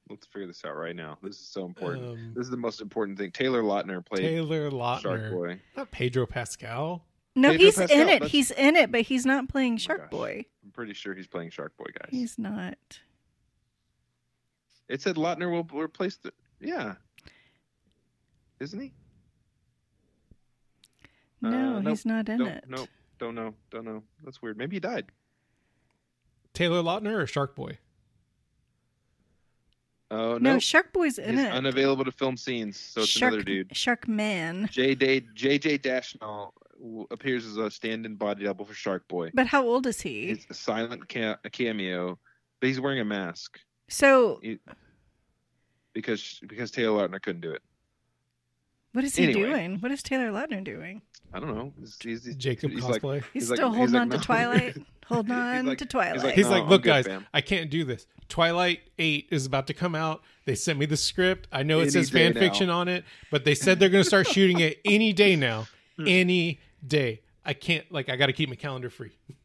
Speaker 2: Let's figure this out right now. This is so important.
Speaker 3: Um,
Speaker 2: this is the most important thing. Taylor Lautner played
Speaker 3: Taylor
Speaker 2: Shark
Speaker 3: Lautner.
Speaker 2: Boy.
Speaker 3: Not Pedro Pascal.
Speaker 1: No,
Speaker 2: Pedro
Speaker 1: he's
Speaker 2: Pascal,
Speaker 1: in it.
Speaker 2: that's- Oh
Speaker 1: He's in it, but he's not playing Shark
Speaker 2: gosh.
Speaker 1: Boy.
Speaker 2: I'm pretty sure he's playing Shark Boy, guys.
Speaker 1: He's not.
Speaker 2: It said Lautner will replace the. Yeah. Isn't he? Uh,
Speaker 1: No,
Speaker 2: nope,
Speaker 1: he's not in
Speaker 2: don't,
Speaker 1: it.
Speaker 2: Nope. Don't know. Don't know. That's weird. Maybe he died.
Speaker 3: Taylor Lautner or Shark Boy?
Speaker 2: Oh
Speaker 1: no,
Speaker 2: nope.
Speaker 1: Shark Boy's in
Speaker 2: He's
Speaker 1: it.
Speaker 2: unavailable to film scenes, so it's
Speaker 1: Shark,
Speaker 2: another dude.
Speaker 1: Shark Man.
Speaker 2: JJ JJ Dashnell w- appears as a stand-in body double for Shark Boy.
Speaker 1: But how old is he?
Speaker 2: It's a silent ca- a cameo, but he's wearing a mask
Speaker 1: so
Speaker 2: he- because because Taylor Lautner couldn't do it.
Speaker 1: what is he
Speaker 2: anyway.
Speaker 1: doing? What is Taylor Lautner doing?
Speaker 2: I don't know. He's, he's, he's-
Speaker 3: Jacob
Speaker 2: he's like,
Speaker 3: cosplay.
Speaker 1: He's,
Speaker 2: He's like-
Speaker 1: still
Speaker 2: he's
Speaker 1: holding
Speaker 2: like,
Speaker 1: on to
Speaker 2: "No."
Speaker 1: Twilight. Holding
Speaker 2: He's
Speaker 1: on
Speaker 2: like-
Speaker 1: to
Speaker 2: he's
Speaker 1: Twilight.
Speaker 2: like,
Speaker 3: He's
Speaker 2: No,
Speaker 3: like,
Speaker 2: I'm
Speaker 3: look,
Speaker 2: good,
Speaker 3: guys,
Speaker 2: fam."
Speaker 3: I can't do this. Twilight 8 is about to come out. They sent me the script. I know it
Speaker 2: Any
Speaker 3: says
Speaker 2: day
Speaker 3: fan fiction on it, but they said they're going to start shooting it any day now. Any day. I can't, like, I got to keep my calendar free.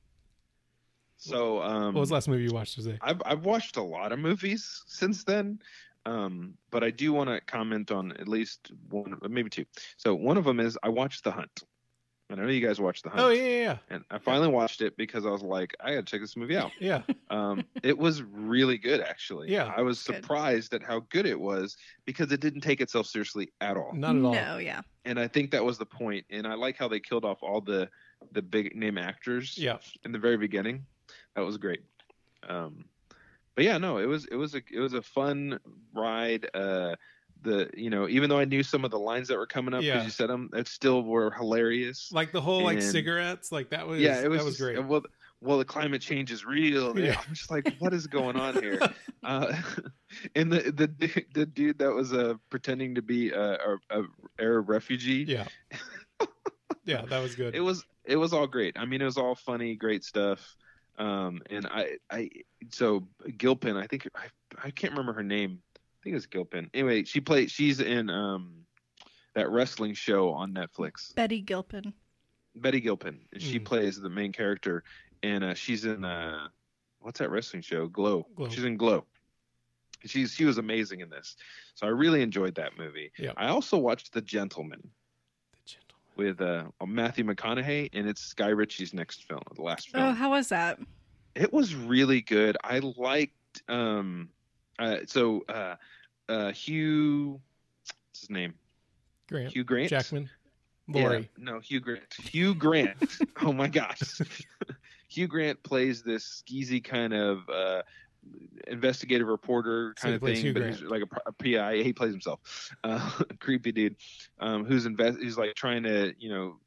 Speaker 2: so um,
Speaker 3: What was the last movie you watched, Jose?
Speaker 2: I've I've watched a lot of movies since then, um, but I do want to comment on at least one, maybe two. So one of them is I watched The Hunt, and I know you guys watched The Hunt.
Speaker 3: Oh, yeah, yeah,
Speaker 2: And I finally watched it because I was like, I gotta check this movie out.
Speaker 3: yeah. Yeah.
Speaker 2: Um, it was really good, actually.
Speaker 3: Yeah.
Speaker 2: I was
Speaker 1: Good.
Speaker 2: surprised at how good it was because it didn't take itself seriously at all
Speaker 3: Not at all.
Speaker 1: No, yeah.
Speaker 2: and I think that was the point. And I like how they killed off all the the big name actors.
Speaker 3: Yeah.
Speaker 2: In the very beginning, that was great. Um, but yeah, no, it was it was a it was a fun ride. Uh, the you know even though I knew some of the lines that were coming up because
Speaker 3: Yeah.
Speaker 2: you said them, it still were hilarious.
Speaker 3: Like the whole, like,
Speaker 2: And-
Speaker 3: cigarettes, like, that was,
Speaker 2: yeah, it was,
Speaker 3: that was
Speaker 2: just-
Speaker 3: great.
Speaker 2: Well, well, the climate change is real.
Speaker 3: Yeah.
Speaker 2: I'm just like, what is going on here? uh, and the, the du- the dude that was uh, pretending to be a, a, a Arab refugee.
Speaker 3: Yeah. yeah, that was good.
Speaker 2: it was it was all great. I mean, it was all funny, great stuff. Um, and I I so Gilpin, I think I I can't remember her name. I think it's Gilpin. Anyway, she played. She's in um that wrestling show on Netflix.
Speaker 1: Betty Gilpin.
Speaker 2: Betty Gilpin. and She
Speaker 3: Mm.
Speaker 2: plays the main character, and uh, she's in uh what's that wrestling show? Glow.
Speaker 3: Glow.
Speaker 2: She's in Glow. She's she was amazing in this. So I really enjoyed that movie.
Speaker 3: Yeah.
Speaker 2: I also watched The Gentleman
Speaker 3: The gentleman.
Speaker 2: with uh, Matthew McConaughey, and it's Guy Ritchie's next film, the last film.
Speaker 1: Oh, how was that?
Speaker 2: it was really good. I liked. Um, uh, so uh, uh, Hugh, what's his name?
Speaker 3: Grant.
Speaker 2: Hugh Grant.
Speaker 3: Jackman.
Speaker 2: Yeah,
Speaker 3: Lori.
Speaker 2: no, Hugh Grant. Hugh Grant. oh my gosh. Hugh Grant plays this skeezy kind of uh, investigative reporter
Speaker 3: So he
Speaker 2: kind of
Speaker 3: plays
Speaker 2: thing,
Speaker 3: Hugh
Speaker 2: but he's like a, pro- a PI. He plays himself. Uh, creepy dude um, who's invest. Who's like trying to you know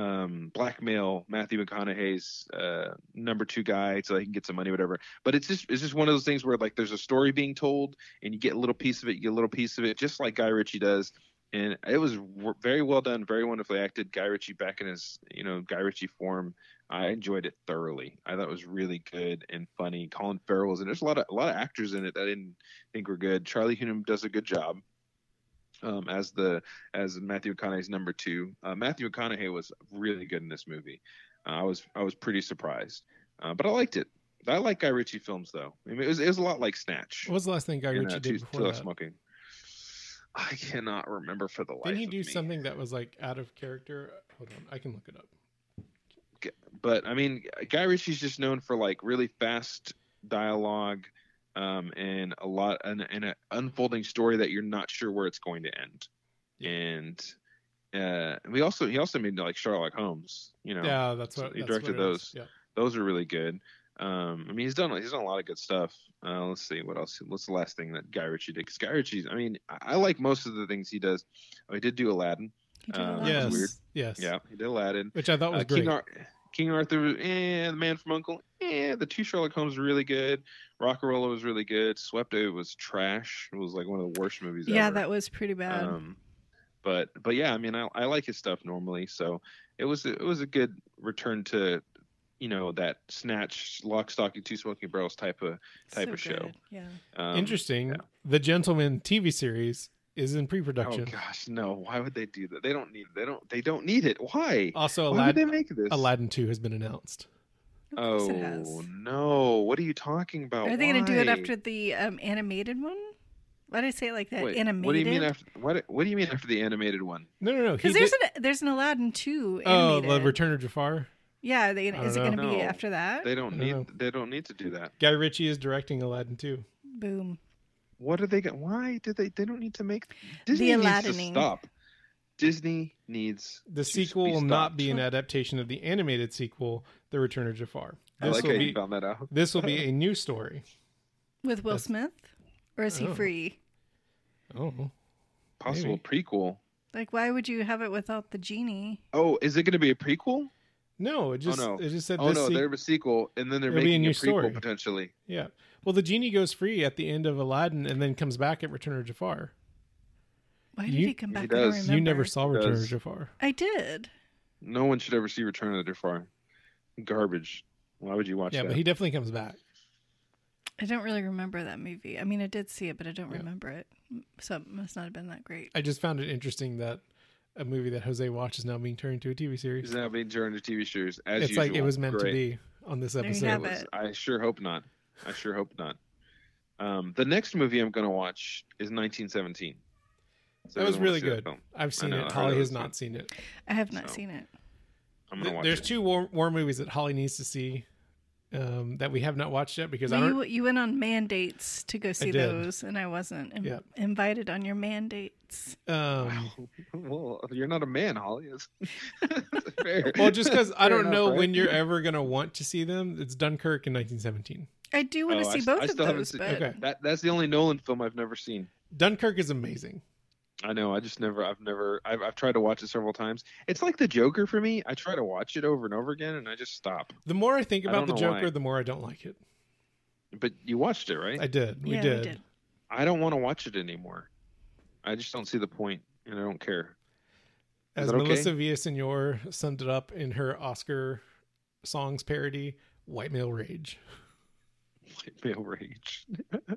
Speaker 2: um, blackmail Matthew McConaughey's uh, number two guy so he can get some money, whatever. But it's just it's just one of those things where like there's a story being told and you get a little piece of it, you get a little piece of it, just like Guy Ritchie does. And it was w- very well done, very wonderfully acted. Guy Ritchie back in his you know Guy Ritchie form. I enjoyed it thoroughly. I thought it was really good and funny. Colin Farrell was in. it. There's a lot of a lot of actors in it that I didn't think were good. Charlie Hunnam does a good job um, as the as Matthew McConaughey's number two. Uh, Matthew McConaughey was really good in this movie. I was I was pretty surprised, uh, but I liked it. I like Guy Ritchie films though. I mean, it was it was a lot like Snatch.
Speaker 3: What was the last thing Guy
Speaker 2: and,
Speaker 3: Ritchie
Speaker 2: uh,
Speaker 3: did
Speaker 2: Two-
Speaker 3: before
Speaker 2: Two
Speaker 3: that?
Speaker 2: Love smoking. I cannot remember for the life.
Speaker 3: Didn't he do
Speaker 2: of me.
Speaker 3: something that was like out of character? Hold on, I can look it up.
Speaker 2: but I mean, Guy Ritchie's just known for like really fast dialogue, um, and a lot and, and an unfolding story that you're not sure where it's going to end.
Speaker 3: Yeah.
Speaker 2: And uh, we also he also made like Sherlock Holmes. You know,
Speaker 3: yeah, that's
Speaker 2: so
Speaker 3: what
Speaker 2: he
Speaker 3: that's
Speaker 2: directed
Speaker 3: what it was.
Speaker 2: those.
Speaker 3: Yeah.
Speaker 2: those are really good. Um, I mean, he's done he's done a lot of good stuff. Uh, let's see what else. What's the last thing that Guy Ritchie did? 'Cause Guy Ritchie's. I mean, I, I like most of the things he does. Oh, he did do Aladdin.
Speaker 1: He did a
Speaker 2: Uh,
Speaker 1: lot.
Speaker 2: That
Speaker 3: Yes.
Speaker 2: was weird.
Speaker 3: Yes.
Speaker 2: Yeah, he did Aladdin.
Speaker 3: Which I thought was
Speaker 2: Uh,
Speaker 3: great.
Speaker 2: King, Ar- King Arthur, eh, The Man from Uncle, eh, The Two Sherlock Holmes were really good. Rock'n'Rolla was really good. Swept Away was trash. It was like one of the worst movies
Speaker 1: Yeah,
Speaker 2: ever.
Speaker 1: that was pretty bad.
Speaker 2: Um, but but yeah, I mean, I, I like his stuff normally, so it was it was a good return to you know that snatch, lock, stock, and two smoking barrels type of type
Speaker 1: So
Speaker 2: of show.
Speaker 1: good. Yeah.
Speaker 2: um,
Speaker 3: Interesting.
Speaker 2: yeah.
Speaker 3: The Gentleman TV series is in
Speaker 2: Oh
Speaker 3: pre-production.
Speaker 2: gosh, no! Why would they do that? They don't need. They don't. They don't need it. Why?
Speaker 3: also,
Speaker 2: Why would they
Speaker 3: Oh, Aladdin,
Speaker 2: make this?
Speaker 3: Aladdin Two has been announced.
Speaker 1: Of course it has.
Speaker 2: Oh no! What are you talking about?
Speaker 1: Are they going to do it
Speaker 2: Why?
Speaker 1: after the um, animated one? Why did I say it like that?
Speaker 2: Wait,
Speaker 1: animated.
Speaker 2: What do you mean after? What What do you mean after the animated one?
Speaker 3: No, no, no. he
Speaker 1: Because there's
Speaker 3: did-
Speaker 1: an there's an Aladdin two
Speaker 3: oh,
Speaker 1: animated.
Speaker 3: the Return of Jafar.
Speaker 1: Yeah, are they,
Speaker 3: I
Speaker 1: is it
Speaker 3: don't
Speaker 1: going to be
Speaker 2: know.
Speaker 1: after that?
Speaker 2: They don't
Speaker 3: I don't
Speaker 2: need.
Speaker 3: know.
Speaker 2: They don't need to do that.
Speaker 3: Guy Ritchie is directing Aladdin Two.
Speaker 1: Boom.
Speaker 2: What are they? go- Why did they? They don't need to make. Disney needs to
Speaker 1: Aladining.
Speaker 2: stop. Disney needs
Speaker 3: The
Speaker 2: to
Speaker 3: sequel will not
Speaker 2: stopped.
Speaker 3: be an adaptation of the animated sequel, The Return of Jafar.
Speaker 2: I
Speaker 3: This
Speaker 2: like how
Speaker 3: will
Speaker 2: you
Speaker 3: be
Speaker 2: found that out.
Speaker 3: this will be a new story.
Speaker 1: With Will
Speaker 3: That's-
Speaker 1: Smith, or is he
Speaker 3: Oh.
Speaker 1: free?
Speaker 3: Oh,
Speaker 2: Possible prequel.
Speaker 1: Like, why would you have it without the genie?
Speaker 2: Oh, is it going to be a prequel? Oh,
Speaker 3: no! It just
Speaker 2: no.
Speaker 3: it just said
Speaker 2: Oh
Speaker 3: this.
Speaker 2: no,
Speaker 3: se-
Speaker 2: they're a sequel, and then they're
Speaker 3: It'll be a
Speaker 2: making a,
Speaker 3: new
Speaker 2: prequel
Speaker 3: story.
Speaker 2: potentially.
Speaker 3: Yeah. Well, the genie goes free at the end of Aladdin and then comes back at Return of Jafar.
Speaker 1: Why did
Speaker 3: You-
Speaker 1: he come
Speaker 2: He
Speaker 1: back? I
Speaker 2: does.
Speaker 1: don't
Speaker 3: You
Speaker 1: remember.
Speaker 3: never saw Return
Speaker 2: Does.
Speaker 3: of Jafar.
Speaker 1: I did.
Speaker 2: No one should ever see Return of the Jafar. Garbage. Why would you watch
Speaker 3: yeah,
Speaker 2: that?
Speaker 3: but he definitely comes back.
Speaker 1: I don't really remember that movie. I mean, I did see it, but I don't
Speaker 3: Yeah.
Speaker 1: remember it. So it must not have been that great.
Speaker 3: I just found it interesting that a movie that Jose watched is now being turned into a TV series.
Speaker 2: He's now being turned into TV shows as
Speaker 3: it's
Speaker 2: usual.
Speaker 3: like it was meant
Speaker 2: Great.
Speaker 3: to be on this
Speaker 1: you
Speaker 3: episode.
Speaker 2: It
Speaker 1: have
Speaker 2: was-
Speaker 1: it.
Speaker 2: I sure hope not. I sure hope not. Um, the next movie I'm going to watch is 1917. So
Speaker 3: That was
Speaker 2: I wanna
Speaker 3: really
Speaker 2: see that
Speaker 3: good.
Speaker 2: film.
Speaker 3: I've seen
Speaker 2: know, I
Speaker 3: it.
Speaker 2: heard
Speaker 3: Holly
Speaker 2: it
Speaker 3: has
Speaker 2: was
Speaker 3: not
Speaker 2: good.
Speaker 3: seen it.
Speaker 1: I have not
Speaker 2: So,
Speaker 1: seen it.
Speaker 2: I'm going to watch
Speaker 3: There's
Speaker 2: it.
Speaker 3: two war, war movies that Holly needs to see um, that we have not watched yet because I
Speaker 1: Well,
Speaker 3: don't.
Speaker 1: you, you went on mandates to go see
Speaker 3: did.
Speaker 1: those, and I wasn't in-
Speaker 3: Yeah.
Speaker 1: invited on your mandates.
Speaker 3: Um,
Speaker 2: well, you're not a man, Holly. It's- it's fair.
Speaker 3: well, just because I
Speaker 2: Fair
Speaker 3: don't
Speaker 2: enough,
Speaker 3: know when
Speaker 2: right?
Speaker 3: you're ever gonna want to see them. It's Dunkirk in 1917.
Speaker 1: I do want to
Speaker 2: Oh, I
Speaker 1: see
Speaker 2: s-
Speaker 1: both
Speaker 2: I
Speaker 1: of
Speaker 2: still haven't
Speaker 1: those,
Speaker 2: seen-
Speaker 1: but
Speaker 3: Okay.
Speaker 2: That, that's the only Nolan film I've never seen.
Speaker 3: Dunkirk is amazing.
Speaker 2: I know. I just never. I've never. I've, I've tried to watch it several times. It's like the Joker for me. I try to watch it over and over again, and I just stop.
Speaker 3: The more I think
Speaker 2: I
Speaker 3: about the
Speaker 2: don't know why.
Speaker 3: Joker, the more I don't like it.
Speaker 2: But you watched it, right?
Speaker 3: I did. We
Speaker 1: yeah,
Speaker 3: did.
Speaker 1: we did.
Speaker 2: I don't want to watch it anymore. I just don't see the point, and I don't care.
Speaker 3: As
Speaker 2: that okay?
Speaker 3: Melissa Villaseñor summed it up in her Oscar songs parody, "White Male Rage."
Speaker 2: White male rage.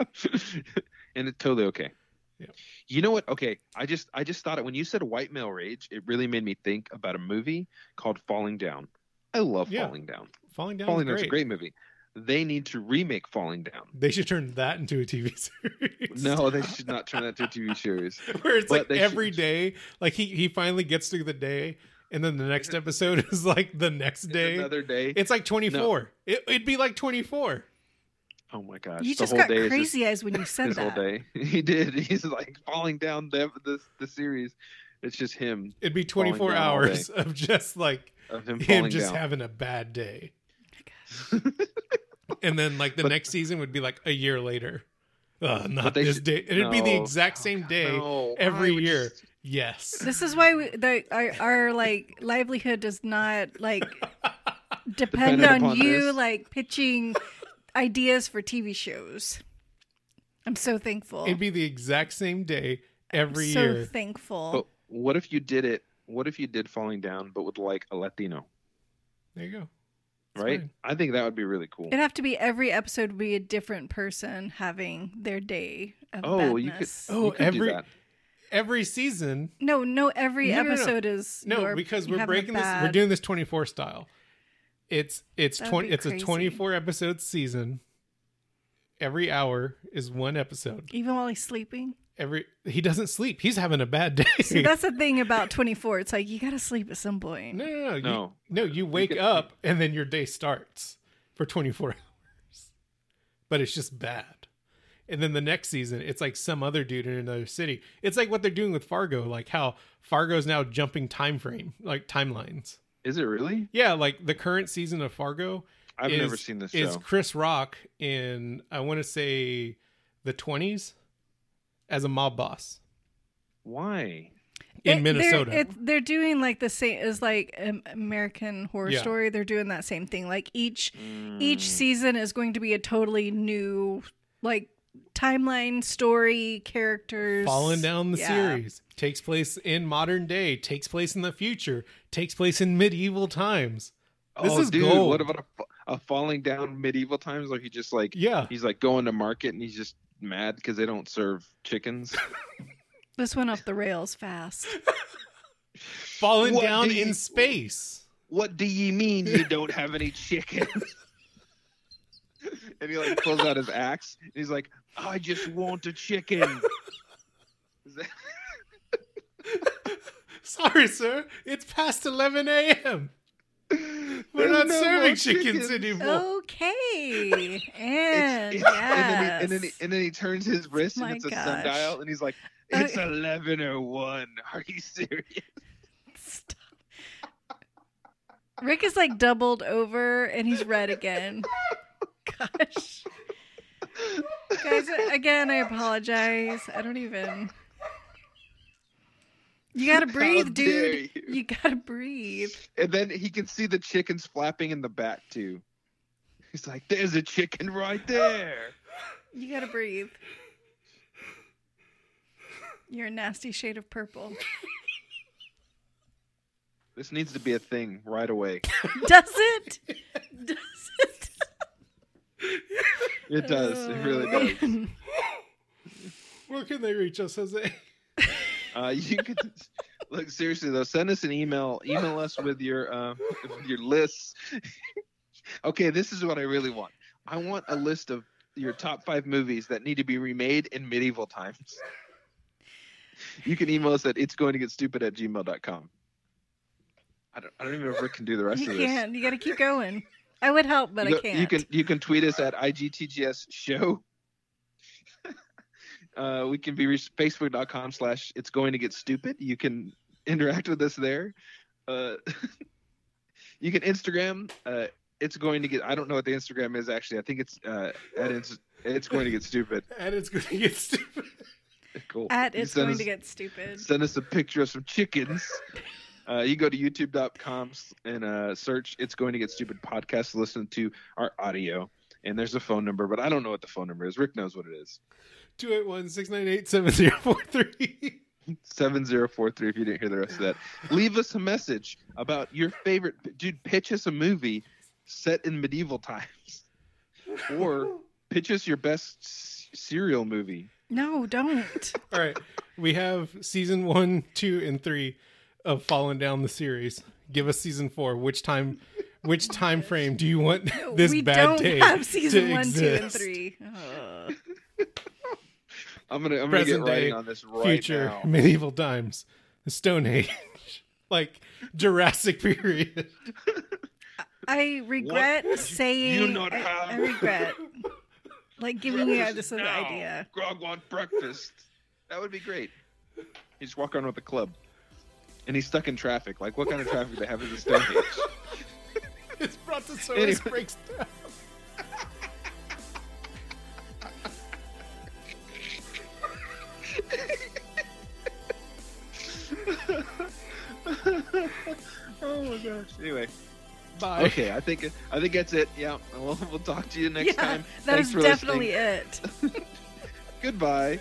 Speaker 2: and it's totally okay.
Speaker 3: Yeah.
Speaker 2: You know what? Okay, I just I just thought it when you said white male rage, it really made me think about a movie called Falling Down. I love
Speaker 3: Yeah.
Speaker 2: Falling Down.
Speaker 3: Falling down.
Speaker 2: Falling
Speaker 3: is
Speaker 2: Down's
Speaker 3: great.
Speaker 2: a great movie. They need to remake Falling Down.
Speaker 3: They should turn that into a TV series.
Speaker 2: No, they should not turn that to a TV series.
Speaker 3: where it's
Speaker 2: But
Speaker 3: like
Speaker 2: they
Speaker 3: every
Speaker 2: should-
Speaker 3: day, like he he finally gets through the day, and then the next episode is like the next day.
Speaker 2: Another day.
Speaker 3: It's like 24. It, it'd be like 24.
Speaker 2: oh my gosh.
Speaker 1: You
Speaker 2: the
Speaker 1: just
Speaker 2: whole
Speaker 1: got
Speaker 2: day is
Speaker 1: crazy eyes when you said
Speaker 2: his
Speaker 1: that.
Speaker 2: whole day. He did. He's like falling down the the, the series. It's just him
Speaker 3: It'd be
Speaker 2: Falling
Speaker 3: 24
Speaker 2: down all
Speaker 3: hours of just like
Speaker 2: of him
Speaker 3: him
Speaker 2: falling
Speaker 3: just
Speaker 2: down.
Speaker 3: having a bad day. and then like the
Speaker 2: But-
Speaker 3: next season would be like a year later. Uh, not
Speaker 2: they
Speaker 3: this
Speaker 2: should-
Speaker 3: day. It'd be the
Speaker 2: No.
Speaker 3: exact
Speaker 2: Oh,
Speaker 3: same
Speaker 2: God,
Speaker 3: day
Speaker 2: no.
Speaker 3: every
Speaker 2: Why would you
Speaker 3: year.
Speaker 2: s-
Speaker 3: Yes.
Speaker 1: This is why we, the, our, our like livelihood does not like depend
Speaker 2: Dependent
Speaker 1: on
Speaker 2: upon
Speaker 1: you
Speaker 2: this.
Speaker 1: like pitching ideas for TV shows. I'm so thankful.
Speaker 3: It'd be the exact same day every
Speaker 1: so
Speaker 3: year.
Speaker 1: thankful.
Speaker 2: But what if you did it? What if you did falling down, but with like a Latino,
Speaker 3: There you go. It's
Speaker 2: right?
Speaker 3: fine.
Speaker 2: I think that would be really cool.
Speaker 1: It'd have to be every episode would be a different person having their day of
Speaker 2: Oh, you could-
Speaker 1: badness.
Speaker 3: Oh,
Speaker 2: You could do
Speaker 3: every
Speaker 2: that.
Speaker 3: every season.
Speaker 1: No, no, every
Speaker 3: No, no, no.
Speaker 1: episode is
Speaker 3: No,
Speaker 1: your-
Speaker 3: because
Speaker 1: you
Speaker 3: we're
Speaker 1: have a
Speaker 3: breaking this. We're
Speaker 1: bad-
Speaker 3: doing this twenty four style. It's it's
Speaker 1: That'd
Speaker 3: twenty.
Speaker 1: be
Speaker 3: It's a
Speaker 1: crazy.
Speaker 3: twenty four episode season. Every hour is one episode.
Speaker 1: even while he's sleeping.
Speaker 3: Every he doesn't sleep. He's having a bad day.
Speaker 1: See, that's the thing about 24. It's like you got to sleep at some point.
Speaker 3: no, no, no, no.
Speaker 2: No.
Speaker 3: You, no, you wake
Speaker 2: get-
Speaker 3: up and then your day starts for twenty four hours, but it's just bad. And then the next season, it's like some other dude in another city. It's like what they're doing with Fargo, like how Fargo's now jumping time frame, like timelines.
Speaker 2: Is it really?
Speaker 3: Yeah, like the current season of Fargo.
Speaker 2: I've
Speaker 3: is-
Speaker 2: never seen this show.
Speaker 3: Is Chris Rock in I want to say the twenties as a mob boss
Speaker 2: Why?
Speaker 3: in
Speaker 1: It-
Speaker 3: Minnesota?
Speaker 1: They're, it- they're doing like the same as like um, American Horror
Speaker 3: Yeah. Mm.
Speaker 1: Story. They're doing that same thing. Like each each season is going to be a totally new like timeline, story, characters.
Speaker 3: Falling down the
Speaker 1: Yeah.
Speaker 3: series takes place in modern day, takes place in the future, takes place in medieval times. This
Speaker 2: oh,
Speaker 3: is
Speaker 2: dude,
Speaker 3: gold.
Speaker 2: what about a, fa- a falling down medieval times? Like he just like
Speaker 3: Yeah,
Speaker 2: he's like going to market and he's just mad because they don't serve chickens.
Speaker 1: This went off the rails fast.
Speaker 3: falling
Speaker 2: What
Speaker 3: down
Speaker 2: do you-
Speaker 3: in space.
Speaker 2: what do you mean you don't have any chickens? and he like pulls out his axe and he's like, I just want a chicken. Is that-
Speaker 3: Sorry, sir, it's past eleven a.m. We're
Speaker 2: There's
Speaker 3: not
Speaker 2: no
Speaker 3: serving
Speaker 2: more
Speaker 3: chickens anymore.
Speaker 1: Okay. And
Speaker 2: It's- it's-
Speaker 1: yes.
Speaker 2: and, then he, and, then he, and then he turns his wrist
Speaker 1: My
Speaker 2: and it's a
Speaker 1: gosh.
Speaker 2: sundial and he's like, it's
Speaker 1: Okay.
Speaker 2: eleven oh one. Are you serious?
Speaker 1: Stop. Rick is like doubled over and he's red again. Gosh. Guys, again, I apologize. I don't even. You gotta
Speaker 2: How
Speaker 1: breathe,
Speaker 2: dare
Speaker 1: dude.
Speaker 2: you.
Speaker 1: You gotta breathe.
Speaker 2: And then he can see the chickens flapping in the back too. He's like, "There's a chicken right there."
Speaker 1: You gotta breathe. You're a nasty shade of purple.
Speaker 2: This needs to be a thing right away.
Speaker 1: Does it? Does it?
Speaker 2: It does. It really does.
Speaker 1: does.
Speaker 3: Where can they reach us, Jose?
Speaker 2: Uh, you could look seriously though. Send us an email. Email us with your uh, with your lists. okay, this is what I really want. I want a list of your top five movies that need to be remade in medieval times. You can email us at it's going to get stupid at gmail.com. I don't, I don't even know if Rick can do the rest
Speaker 1: You
Speaker 2: of this.
Speaker 1: can't. You gotta keep going. I would help, but
Speaker 2: you
Speaker 1: I
Speaker 2: go-
Speaker 1: can't.
Speaker 2: You can you can tweet us at IGTGS show. uh, we can be reached at facebook.com slash it's going to get stupid. You can interact with us there. Uh, you can Instagram. Uh, it's going to get. I don't know what the Instagram is actually. I think it's uh, at it's, it's going to get stupid.
Speaker 3: and it's going to get stupid.
Speaker 2: Cool.
Speaker 1: At
Speaker 2: You
Speaker 1: it's
Speaker 2: send
Speaker 1: going
Speaker 2: us-
Speaker 1: to get stupid.
Speaker 2: send us a picture of some chickens. Uh, you go to youtube.com s- and uh, search It's Going to Get Stupid podcast to listen to our audio. And there's a phone number, but I don't know what the phone number is. Rick knows what it is
Speaker 3: 281 698 7043.
Speaker 2: 7043 if you didn't hear the rest of that. Leave us a message about your favorite. Dude, pitch us a movie set in medieval times or pitch us your best s- serial movie.
Speaker 1: No, don't.
Speaker 3: All right. We have season one, two, and three of Falling Down the series. Give us season four. Which time? Which time frame do you want this
Speaker 1: we
Speaker 3: bad
Speaker 1: don't
Speaker 3: day
Speaker 1: have
Speaker 3: to
Speaker 1: season one, two, and
Speaker 3: exist?
Speaker 1: three. Ugh.
Speaker 2: I'm going to I'm gonna get
Speaker 3: Present day,
Speaker 2: writing on this right
Speaker 3: future,
Speaker 2: now.
Speaker 3: medieval times, the Stone Age, like Jurassic period.
Speaker 1: I regret saying.
Speaker 2: You not
Speaker 1: I,
Speaker 2: have-
Speaker 1: I regret like giving you
Speaker 2: Breakfast
Speaker 1: this little
Speaker 2: now.
Speaker 1: idea.
Speaker 2: Grog want breakfast. That would be great. He's just walk around with a club. And he's stuck in traffic. Like, what kind of traffic they have in the Stonehenge?
Speaker 3: It's Brontosaurus
Speaker 2: Anyway.
Speaker 3: breaks down.
Speaker 2: oh my gosh. Anyway,
Speaker 3: Bye.
Speaker 2: okay. I think I think that's it. Yeah. We'll, we'll talk to you next
Speaker 1: yeah,
Speaker 2: time.
Speaker 1: that
Speaker 2: Thanks
Speaker 1: is
Speaker 2: for
Speaker 1: definitely
Speaker 2: listening.
Speaker 1: it.
Speaker 2: Goodbye.